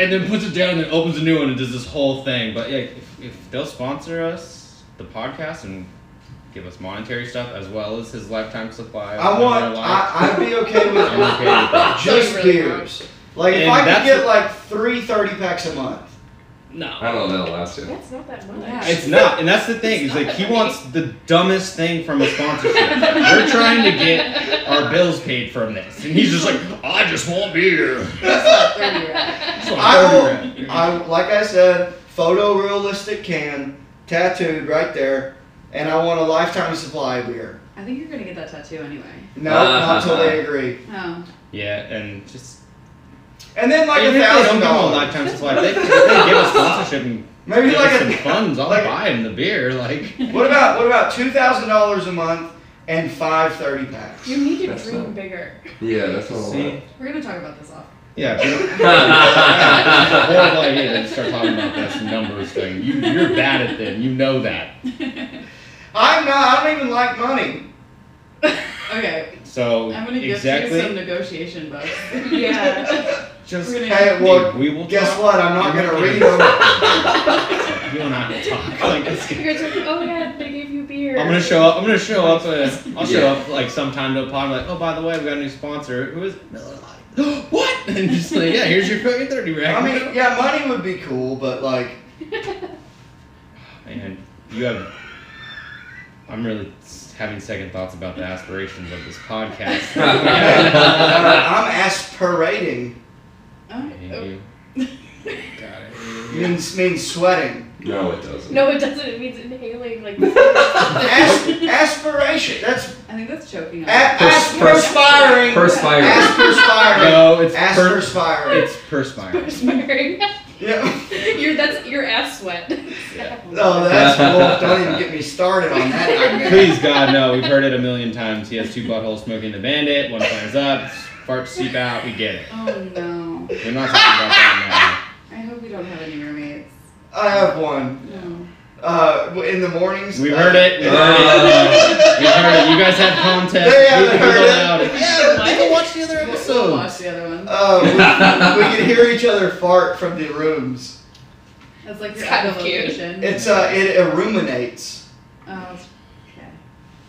and then puts it down, and then opens a new one and does this whole thing. But yeah, if, if they'll sponsor us the podcast and give us monetary stuff as well as his lifetime supply, of I Miller want. Lite, I, I'd be okay with I'm okay with that. just Really beers. Like if And I could that's get the- like three thirty packs a month. No. I don't know. That'll last you. That's not that much. Yeah. It's not, and that's the thing. Is It's like not he that wants the dumbest thing from a sponsorship. We're trying to get our bills paid from this, and he's just like, I just want beer. That's not 30 right. It's like I 30 will. grand. I like I said, photorealistic can tattooed right there, and I want a lifetime supply of beer. I think you're gonna get that tattoo anyway. No, not Uh-huh. till they agree. Oh. Yeah, and just And then like even a if they don't thousand give him a dollars. lifetime supply, if they, if they give us sponsorship and Maybe give us like some a. funds, I'll like- buy him the beer. Like, What about what about two thousand dollars a month and five thirty packs? You need to That's dream not- bigger. Yeah, that's all. See? We're gonna talk about this off. yeah. if you don't- Horrible idea to start talking about this numbers thing. You, you're bad at them. You know that. I'm not. I don't even like money. Okay, So I'm gonna give exactly. you some negotiation bucks. Yeah. just We're gonna- Hey, well, we will guess talk. what? I'm not You're gonna not read gonna- them. You and I will talk. Like, it's You good. guys are like, oh yeah, they gave you beer. I'm gonna show up. I'm gonna show up. Uh, I'll show Yeah. up like sometime to a pod. Like, oh, by the way, we got a new sponsor. Who is it?" Miller Lite? what? And just like, yeah, here's your fucking thirty rack. I mean, yeah, money would be cool, but like, and you have. I'm really s- having second thoughts about the aspirations of this podcast. uh, I'm aspirating I Oh, hate oh. you. God, I hate you. means means sweating. No, it doesn't. No, it doesn't. It means inhaling. Like, As, aspiration. That's I think that's choking a- up. Eh. Pers- pers- aspiring. Perspiring. Aspiring. No, it's per, Aspiring. it's perspiring. perspiring. Yeah. your that's your ass sweat. No, that's well. Don't even get me started on that. nightmare. Please God, no. We've heard it a million times. He has two buttholes smoking the bandit. One flares up. Farts seep out. We get it. Oh no. We're not talking about that I hope you don't have any roommates. I have one. No. Uh, in the mornings. now. We've heard it. We've heard Uh. it. We've heard it. You guys have contests. They haven't People heard go it. out and- Yeah, people watch the other We'll- we'll episode. watch the other one. Uh, we, we can hear each other fart from the rooms. That's like It's your kind of cute. location. It's uh, it illuminates. Oh, it's-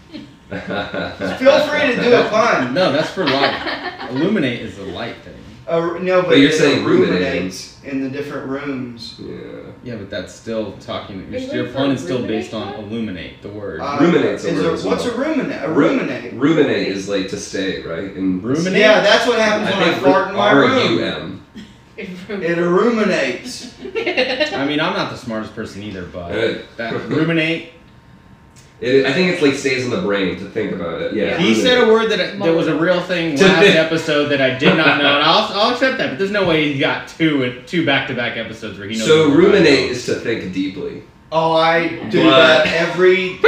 okay. Feel free to do a pun. No, that's for light. Illuminate is a light thing. Uh, no, but, But you're it saying illuminates in the different rooms. Yeah. Yeah, but that's still talking. Your, Wait, your wait, pun for is still based on ruminate? illuminate, the word. Uh, Ruminate's a is word a- as What's well. a ruminate? A Ru- ruminate. Ruminate is like to stay, right? And Ruminate? Yeah, that's what happens when I I think fart in my room. R-U-M. It ruminates. I mean, I'm not the smartest person either, but Good. that, ruminate. It, I think it's like stays in the brain to think about it. Yeah. He said a word that that was a real thing last episode that I did not know, and I'll, I'll accept that. But there's no way he got two and two back-to-back episodes where he knows. So the word I ruminate know. is to think deeply. Oh, I do What? that every all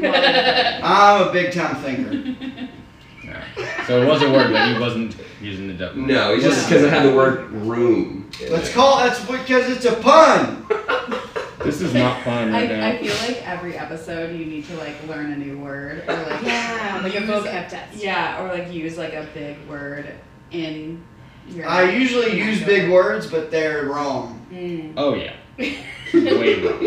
day. Well, I'm a big time thinker. Yeah. So it was a word, but he wasn't using the double. No, it's just because it had the word room. in Let's it. call that's because it's a pun. This is not fun right now. I, I feel like every episode you need to like learn a new word or like yeah, like a use- vocab test. Yeah, or like use like a big word in your. I usually use big words, but they're wrong. Mm. oh yeah. Way wrong.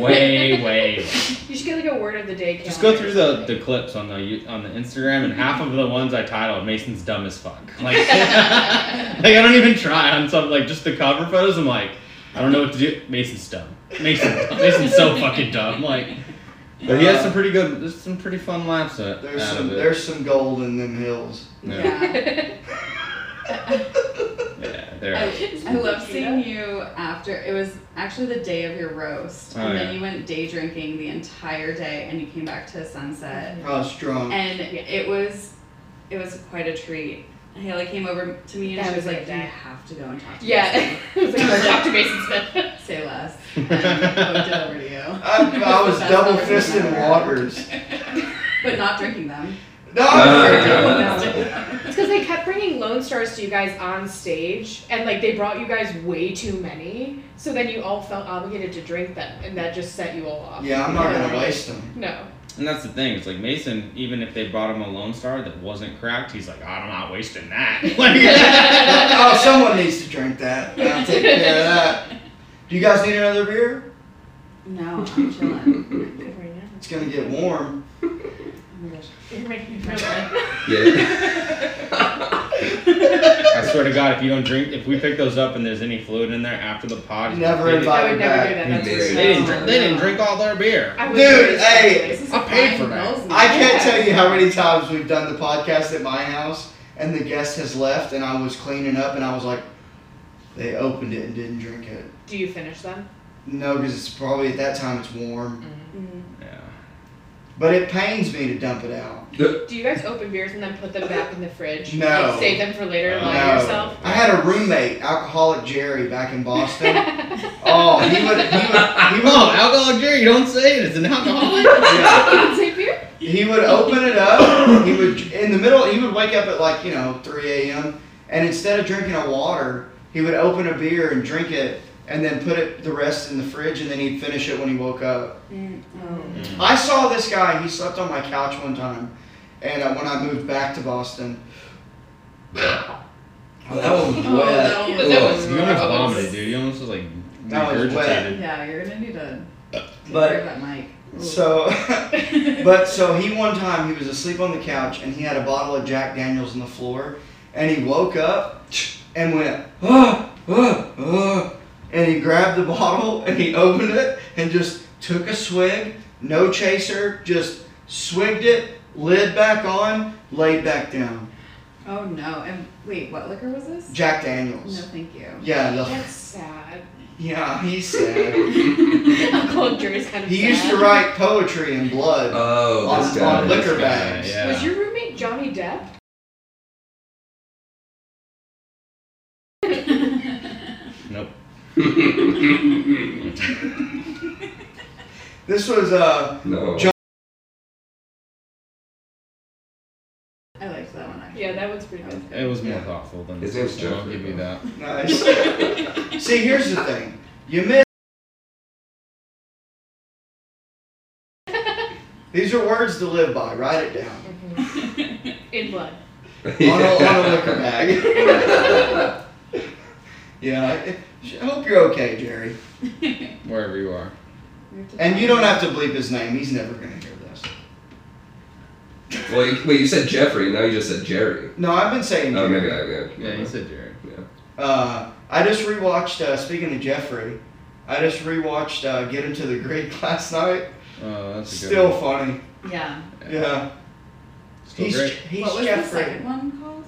way way. Wrong. You should get like a word of the day. Calendar. Just go through the, the clips on the you- on the Instagram, and half of the ones I titled "Mason's dumb as fuck." Like, like I don't even try on some like just the cover photos. I'm like, I don't know what to do. Mason's dumb. Mason's dumb. Mason's so fucking dumb. Like, but he has some pretty good, there's some pretty fun laughs at. There's out some of it. there's some gold in them hills. yeah, yeah, there. I, I love seeing you after. It was actually the day of your roast, Oh, and yeah. then you went day drinking the entire day, and you came back to sunset, I was drunk. and it was, it was quite a treat. Haley came over to me and That she was was a like, good "You day." have to go and talk to Yeah. I was like, "Go talk to Mason Smith. Mason. say less." Um, And I moved over to you, I, I was double fisting waters. but not drinking them. No, I was Uh, very drunk. No. It's because they kept bringing Lone Stars to you guys on stage, and like they brought you guys way too many, so then you all felt obligated to drink them, and that just set you all off. Yeah, I'm not Yeah. gonna waste them. No. And that's the thing. It's like Mason, even if they brought him a Lone Star that wasn't cracked, he's like, "Oh, I'm not wasting that. Like, oh, someone needs to drink that. I'll take care of that. Do you guys need another beer? No, I'm chilling. Good right now. It's gonna get warm. Oh my gosh. You're making me feel bad. Yeah. I swear to God, if you don't drink, if we pick those up and there's any fluid in there after the pod, he's Never like, invite- I would never do back. that. That's You rude. They didn't, drink, they didn't No. drink all their beer. I would Dude, do this hey, anyways. This is I paid for fine. that. Girls I need can't that. tell you how many times we've done the podcast at my house and the guest has left and I was cleaning up and I was like, they opened it and didn't drink it. Do you finish them? No, because it's probably at that time it's warm. Mm. Yeah. But it pains me to dump it out. Do you guys open beers and then put them back in the fridge? No. Like save them for later and lie to No. yourself? I had a roommate, alcoholic Jerry, back in Boston. oh, he would he would he would, Oh, alcoholic Jerry, you don't say it. It's an alcoholic. yeah. You can save beer? he would open it up. He would in the middle. He would wake up at like you know 3 a.m. and instead of drinking a water, he would open a beer and drink it, and then put it the rest in the fridge, and then he'd finish it when he woke up. Mm. Oh. I saw this guy. He slept on my couch one time, and uh, when I moved back to Boston, oh, that one was Oh, wet. that was- you that almost was gross. vomited, dude. You almost was like That was wet. regurgitated. Yeah, you're gonna need to take But- care of that mic. Ooh. So, but so he one time he was asleep on the couch and he had a bottle of Jack Daniels on the floor and he woke up and went ah ah ah and he grabbed the bottle and he opened it and just took a swig, no chaser, just swigged it, lid back on, laid back down. Oh no! And wait, what liquor was this? Jack No, Daniels. thank you. Yeah, the, That's sad. yeah, he's sad. Uncle Jerry's kind of He sad. used to write poetry in blood. Oh, On- this on guy. liquor. This guy, bags. Yeah. Was your roommate Johnny Depp? nope. This was uh no. John- I liked that one. Actually. Yeah, that one's pretty That was good. good. It was more Yeah. thoughtful than His name's so I'll Jeffrey, give you though. that. Nice. See, here's the thing. You miss. These are words to live by. Write it down In blood. on a, on a liquor bag. yeah. I, I hope you're okay, Jerry. Wherever you are. We have to And find- you don't have to bleep his name. He's never gonna hear this. well, you, wait, you said Jeffrey. Now you just said Jerry. No, I've been saying. Oh, Jerry. maybe I did. Yeah, you said Jerry. Uh, I just rewatched. Uh, speaking of Jeffrey, I just rewatched uh, Get Into the Greek last night. Oh, that's a good Still one. funny. Yeah. Yeah. Still he's great. he's what was Jeffrey. the second one called?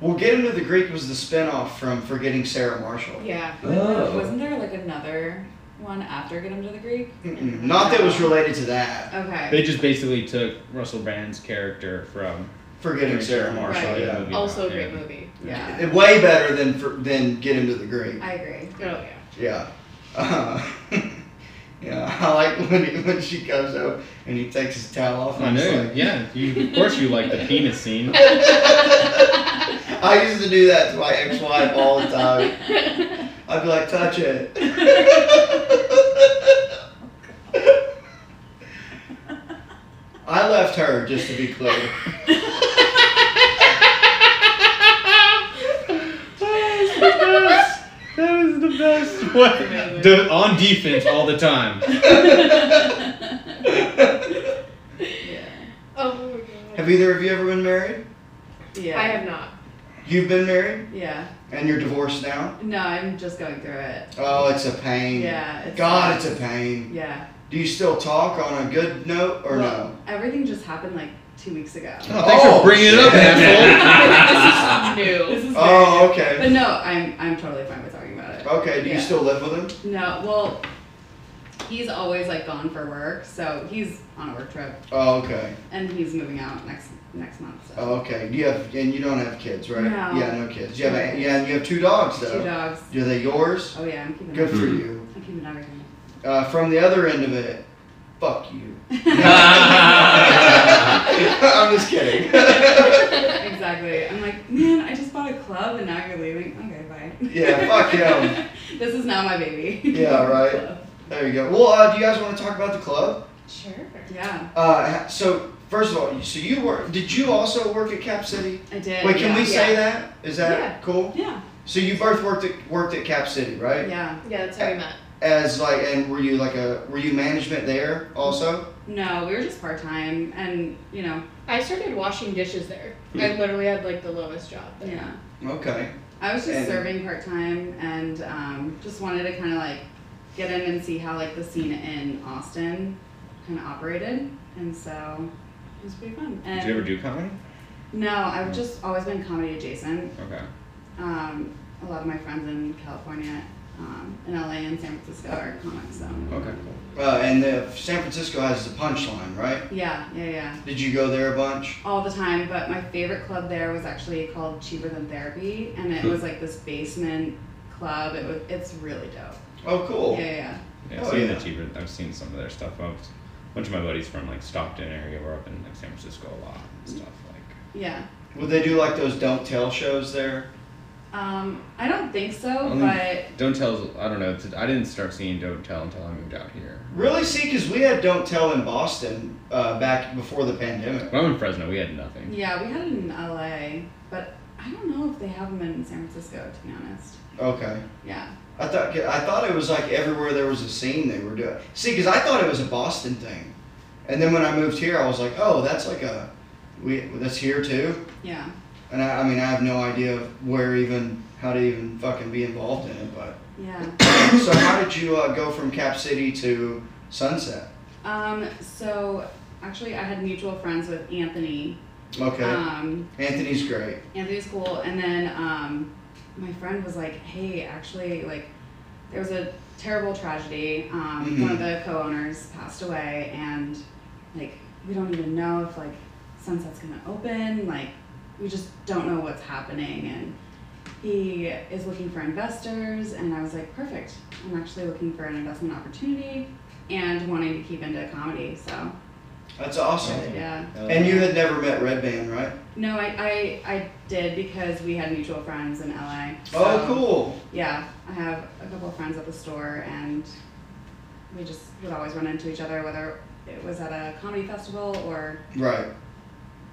Well, Get Into the Greek was the spinoff from Forgetting Sarah Marshall. Yeah. Oh. Wasn't there like another one after Get Him to the Greek? Mm-mm. Not that it was related to that. Okay. They just basically took Russell Brand's character from Forgetting Sarah Sarah Marshall. Marshall, Yeah. Also a yeah. great movie. Yeah. It- Way better than for, than Get Into the Greek. I agree. Oh yeah. Yeah. Uh, yeah. I like when he, when she comes up and he takes his towel off. I And know. Like, Yeah, you, of course you like the penis scene. I used to do that to my ex-wife all the time. I'd be like, touch it. I left her just to be clear. That is the best one. The- on defense all the time. Oh my god. Have either of you ever been married? Yeah. I have not. You've been married Yeah. and you're divorced now? No, I'm just going through it. Oh, it's a pain. Yeah. It's God, it's a pain. Yeah. Do you still talk on a good note or Well, no? Everything just happened like two weeks ago. Oh, thanks Oh, for bringing it up, shit. asshole. New. This is Oh, But okay. Oh. no, I'm I'm totally fine with talking about it. Okay, do you Yeah. still live with him? No, well, he's always like gone for work, so he's on a work trip, Oh, okay. and he's moving out next next month. So. Oh, okay. Do you have and you don't have kids, right? No. Yeah, no kids. You have a, yeah, and you have two dogs though. Two dogs. Are they yours? Oh yeah, I'm keeping. Good for Mhm. you. I'm keeping everything. Uh, from the other end of it, fuck you. I'm just kidding. exactly. I'm like, man, I just bought a club and now you're leaving. Okay, bye. Yeah, fuck him. this is now my baby. Yeah, right. There you go. Well, uh, do you guys want to talk about the club? Sure. Yeah, Uh, ha- so first of all, so you work? Did you also work at Cap City? I did. Wait, can yeah. we say that? Is that Yeah. cool? Yeah, So you both worked at worked at Cap City, right? yeah. Yeah, that's how we met. As like, and were you like a were you management there also? No, we were just part time, and you know, I started washing dishes there. I literally had like the lowest job there. yeah. Okay. I was just And- serving part time and um, just wanted to kind of like get in and see how like the scene in Austin kind of operated, and so it was pretty fun. And Did you ever do comedy? No, I've just always been comedy adjacent. Okay. Um, a lot of my friends in California, um, in LA, and San Francisco are comics. So Okay. Uh, and the San Francisco has the punchline, right? yeah, yeah, yeah, Did you go there a bunch? all the time. But my favorite club there was actually called Cheaper Than Therapy, and it was like this basement club. It was it's really dope. Oh, cool. Yeah, yeah, yeah. Yeah, Oh, I've seen yeah. the cheaper. I've seen some of their stuff. I've, a bunch of my buddies from like Stockton area were up in like San Francisco a lot and stuff. Like, yeah. Would they do like those don't tell shows there? Um, I don't think so, Only- but Don't Tell's. I don't know. it's- I didn't start seeing Don't Tell until I moved out here. Really? See, because we had don't tell in Boston uh, back before the pandemic. When I'm in Fresno, we had nothing. yeah, we had it in LA, but I don't know if they have them in San Francisco. To be honest, Okay. yeah. I thought I thought it was like everywhere there was a scene they were doing. See, because I thought it was a Boston thing, and then when I moved here, I was like, oh, that's like a we that's here too. Yeah. And I, I mean, I have no idea where even how to even fucking be involved in it. But Yeah. so, how did you uh, go from Cap City to Sunset? Um, so actually I had mutual friends with Anthony. Okay, Um, Anthony's great. Anthony's cool. And then um, my friend was like, hey, actually, like, there was a terrible tragedy. Um, Mhm. One of the co-owners passed away, and like, we don't even know if like Sunset's gonna open. Like, we just don't know what's happening. And he is looking for investors, and I was like, perfect. I'm actually looking for an investment opportunity and wanting to keep into comedy. So That's awesome. yeah. And you had never met Red Band, right? No, I, I, I did because we had mutual friends in LA. Oh, So, cool. Yeah, I have a couple of friends at the store, and we just would always run into each other, whether it was at a comedy festival or Right.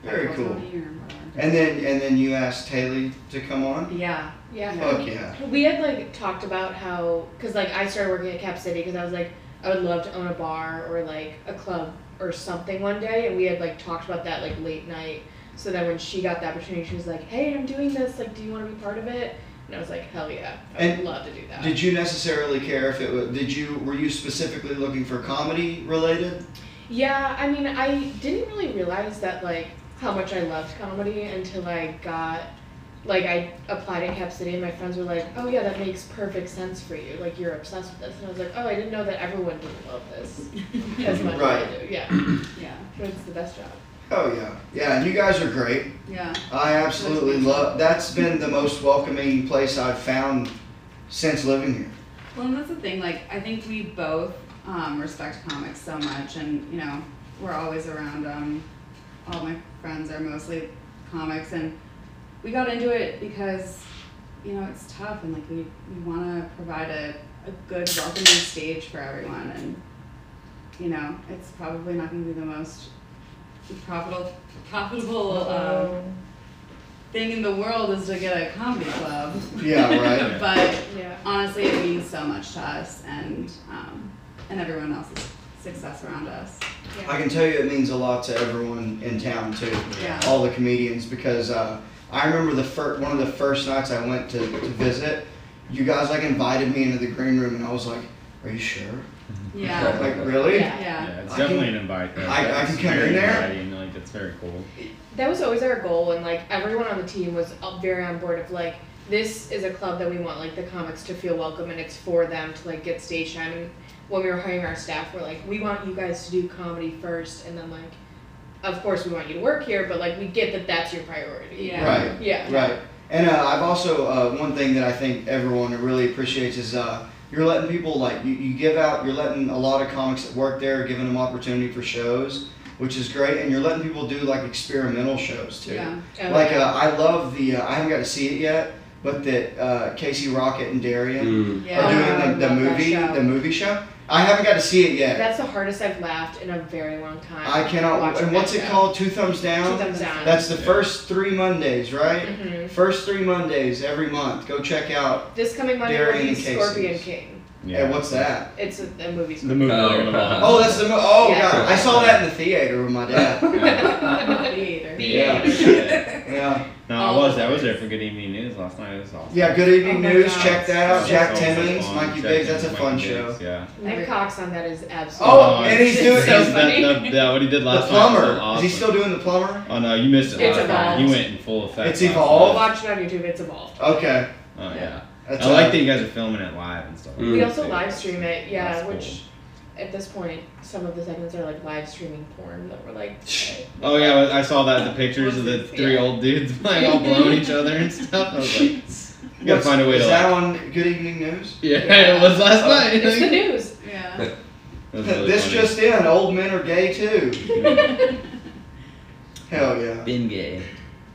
Very at cool. Comedy or whatever. And then and then you asked Haley to come on. Yeah, Yeah. Fuck yeah. We had like talked about how, cause like I started working at Cap City because I was like, I would love to own a bar or like a club or something one day, and we had like talked about that like late night. So then when she got the opportunity, she was like, Hey, I'm doing this. Like, do you want to be part of it? And I was like, Hell yeah, I would And love to do that. Did you necessarily care if it was? Did you were you specifically looking for comedy related? Yeah, I mean, I didn't really realize that like how much I loved comedy until I got like I applied at Cap City and my friends were like, "Oh yeah, that makes perfect sense for you. Like you're obsessed with this." And I was like, "Oh, I didn't know that everyone didn't love this as much as I do." Yeah, yeah, it's the best job. Oh yeah, yeah. And you guys are great. yeah. I absolutely love. That's been the most welcoming place I've found since living here. Well, and that's the thing. Like, I think we both um, respect comics so much, and you know, we're always around them. All my friends are mostly comics, and we got into it because you know it's tough, and like we, we want to provide a, a good welcoming stage for everyone, and you know, it's probably not going to be the most profitable profitable um, Oh. thing in the world is to get a comedy club. Yeah, right. but yeah. honestly it means so much to us and um, and everyone else's success around us I can tell you it means a lot to everyone in town too. Yeah. All the comedians because uh, I remember the fir- one of the first nights I went to, to visit. You guys like invited me into the green room and I was like, "Are you sure? yeah Like really? Yeah. yeah Yeah, it's I definitely can- an invite. though. I- I That's can come very in there? inviting, Like it's very cool. That was always our goal, and like everyone on the team was uh, very on board of like this is a club that we want like the comics to feel welcome, and it's for them to like get stage time. And when we were hiring our staff, we're like, we want you guys to do comedy first, and then like, of course we want you to work here, but like we get that that's your priority. Yeah. Right. Yeah. Right. And uh, I've also uh, one thing that I think everyone really appreciates is uh, you're letting people like you, you give out. You're letting a lot of comics that work there, giving them opportunity for shows. which is great. And you're letting people do like experimental shows too. Yeah. Oh, Like uh, yeah. I love the uh, I haven't got to see it yet, but that uh, Casey Rocket and Darian Mm. are Yeah. I doing the, the love that movie show. the movie show. I haven't got to see it yet. That's the hardest I've laughed in a very long time. I cannot. watching And what's it that show. called? Two thumbs down. Two thumbs down. That's the Yeah. first three Mondays, right? Mhm. First three Mondays every month. Go check out. This coming Monday Darian will be and Casey's. Scorpion King. Hey, what's that? It's a, a movie. The movie. Oh. they're gonna launch. Oh, that's the. Mo- oh Yeah. god, I saw that in the theater with my dad. Theater. Yeah. Yeah. Yeah, No, Oh. I was. I was there for Good Evening News last night. It was awesome. yeah. Good evening Oh my news. God. Check that out. It's Jack always so Timmons, fun. Mikey Jack Biggs. That's a Timmons, fun Mikey show. Biggs, Yeah. Nick Cox on that is absolutely. Oh, and he's it's doing- so he's- funny. That, that, that, what he did The last night. was plumber. so Is he awesome. still doing the plumber? Oh no, you missed it It's last night. evolved. You went in full effect. It's last night. evolved? Watch it on YouTube. It's evolved. Okay. Oh yeah. That's I like all. that you guys are filming it live and stuff. Like Mm. We that, also too. live stream it, yeah, That's which at this point, some of the segments are like live streaming porn that we're like, Oh yeah, I I saw that the pictures of the three Yeah. old dudes like all blowing each other and stuff. I was like, you gotta What's- find a way Is to. that Like, on Good Evening News? yeah, it was last Oh. night. it's the news. Yeah. It was really this funny. just in: old men are gay too. Hell yeah. Been gay.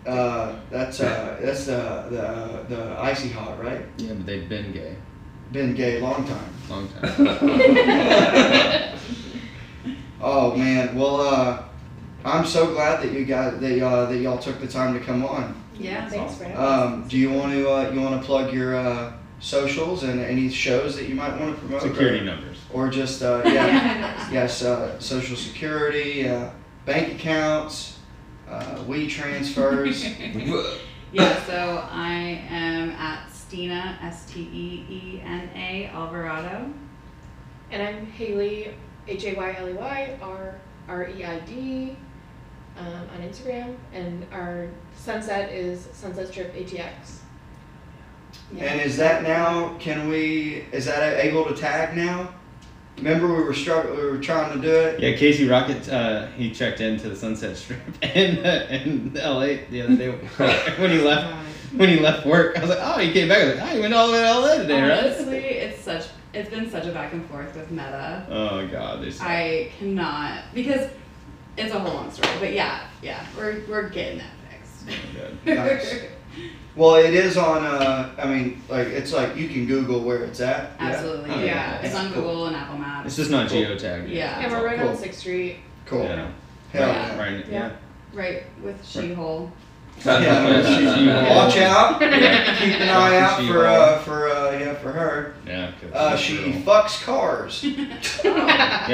Uh, that's uh, that's uh, the uh, the icy hot, right? Yeah, but they've been gay Been gay a long time. long time. Oh man, well uh, I'm so glad that you guys that uh, that y'all took the time to come on. Yeah. Thanks for having us. Um, do you want to uh, you want to plug your uh, socials and any shows that you might want to promote? or- Security numbers. Or, just uh, yeah, yes, uh, social security, uh, bank accounts, uh, we transfers. Yeah, so I am at Stina, S T E E N A, Alvarado. And I'm Haley, H A Y L E Y R R E I D, um, on Instagram, and our sunset is Sunset Strip E ATX. And is that now? Can we? Is that able to tag now? Remember, we were struggling. We were trying to do it. Yeah, Casey Rocket. Uh, he checked into the Sunset Strip in uh, in L.A. the other day when he left. When he left work, I was like, "Oh, he came back." I was like, "Oh, he went all the way to L.A. today, right?" Honestly, it's such it's been such a back and forth with Meta. Oh God, there's. I cannot because it's a whole long story. But yeah, yeah, we're we're getting that fixed. Nice. Well, it is on. Uh, I mean, like it's like you can Google where it's at. Absolutely, Oh, yeah. yeah. It's on Cool. Google and Apple Maps. It's just not geotagged. Yeah. And we're right on Cool. Sixth Street. Cool. Yeah. Hell Yeah. yeah. Right. Yeah. right with She-Hole. Yeah. Watch out. Keep an eye out She for uh, for uh, yeah for her. Yeah. 'cause Uh, that's she real. fucks cars. Yeah,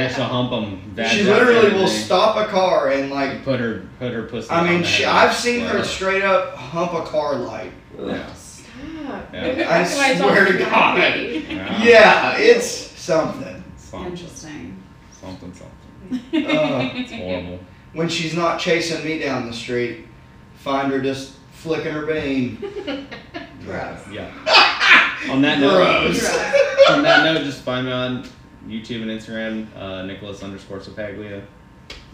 she'll hump them. She literally will stop a car and like. Put her, put her pussy. I on mean, that she, head. I've seen her Wow. straight up hump a car light. Yeah. Stop. Yeah. I That's why it's swear all to God. creepy. Wow. Yeah, it's something. Something, Interesting. something, something. Ugh. It's horrible. when she's not chasing me down the street, find her just flicking her beam. Gross. Yeah. on that note, Gross. on that note, just find me on YouTube and Instagram, uh, Nicholas underscore Sapaglia.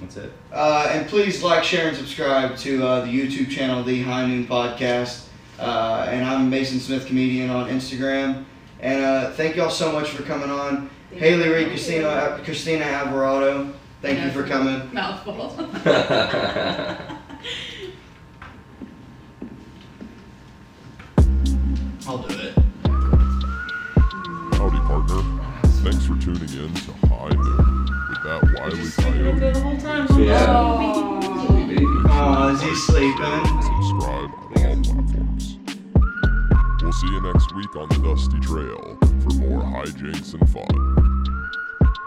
That's it. Uh, and please like, share, and subscribe to uh, the YouTube channel, The High Noon Podcast. Uh, and I'm Mason Smith, comedian on Instagram. And uh, thank y'all so much for coming on. Haley Reed, Christina, Christina Alvarado, thank you for coming. Mouthful. I'll do it. Howdy, partner. Thanks for tuning in to High Noon with that wily coyote. Yeah. Oh. Baby. Aw, is he sleeping? Subscribe on all platforms. We'll see you next week on the Dusty Trail for more hijinks and fun.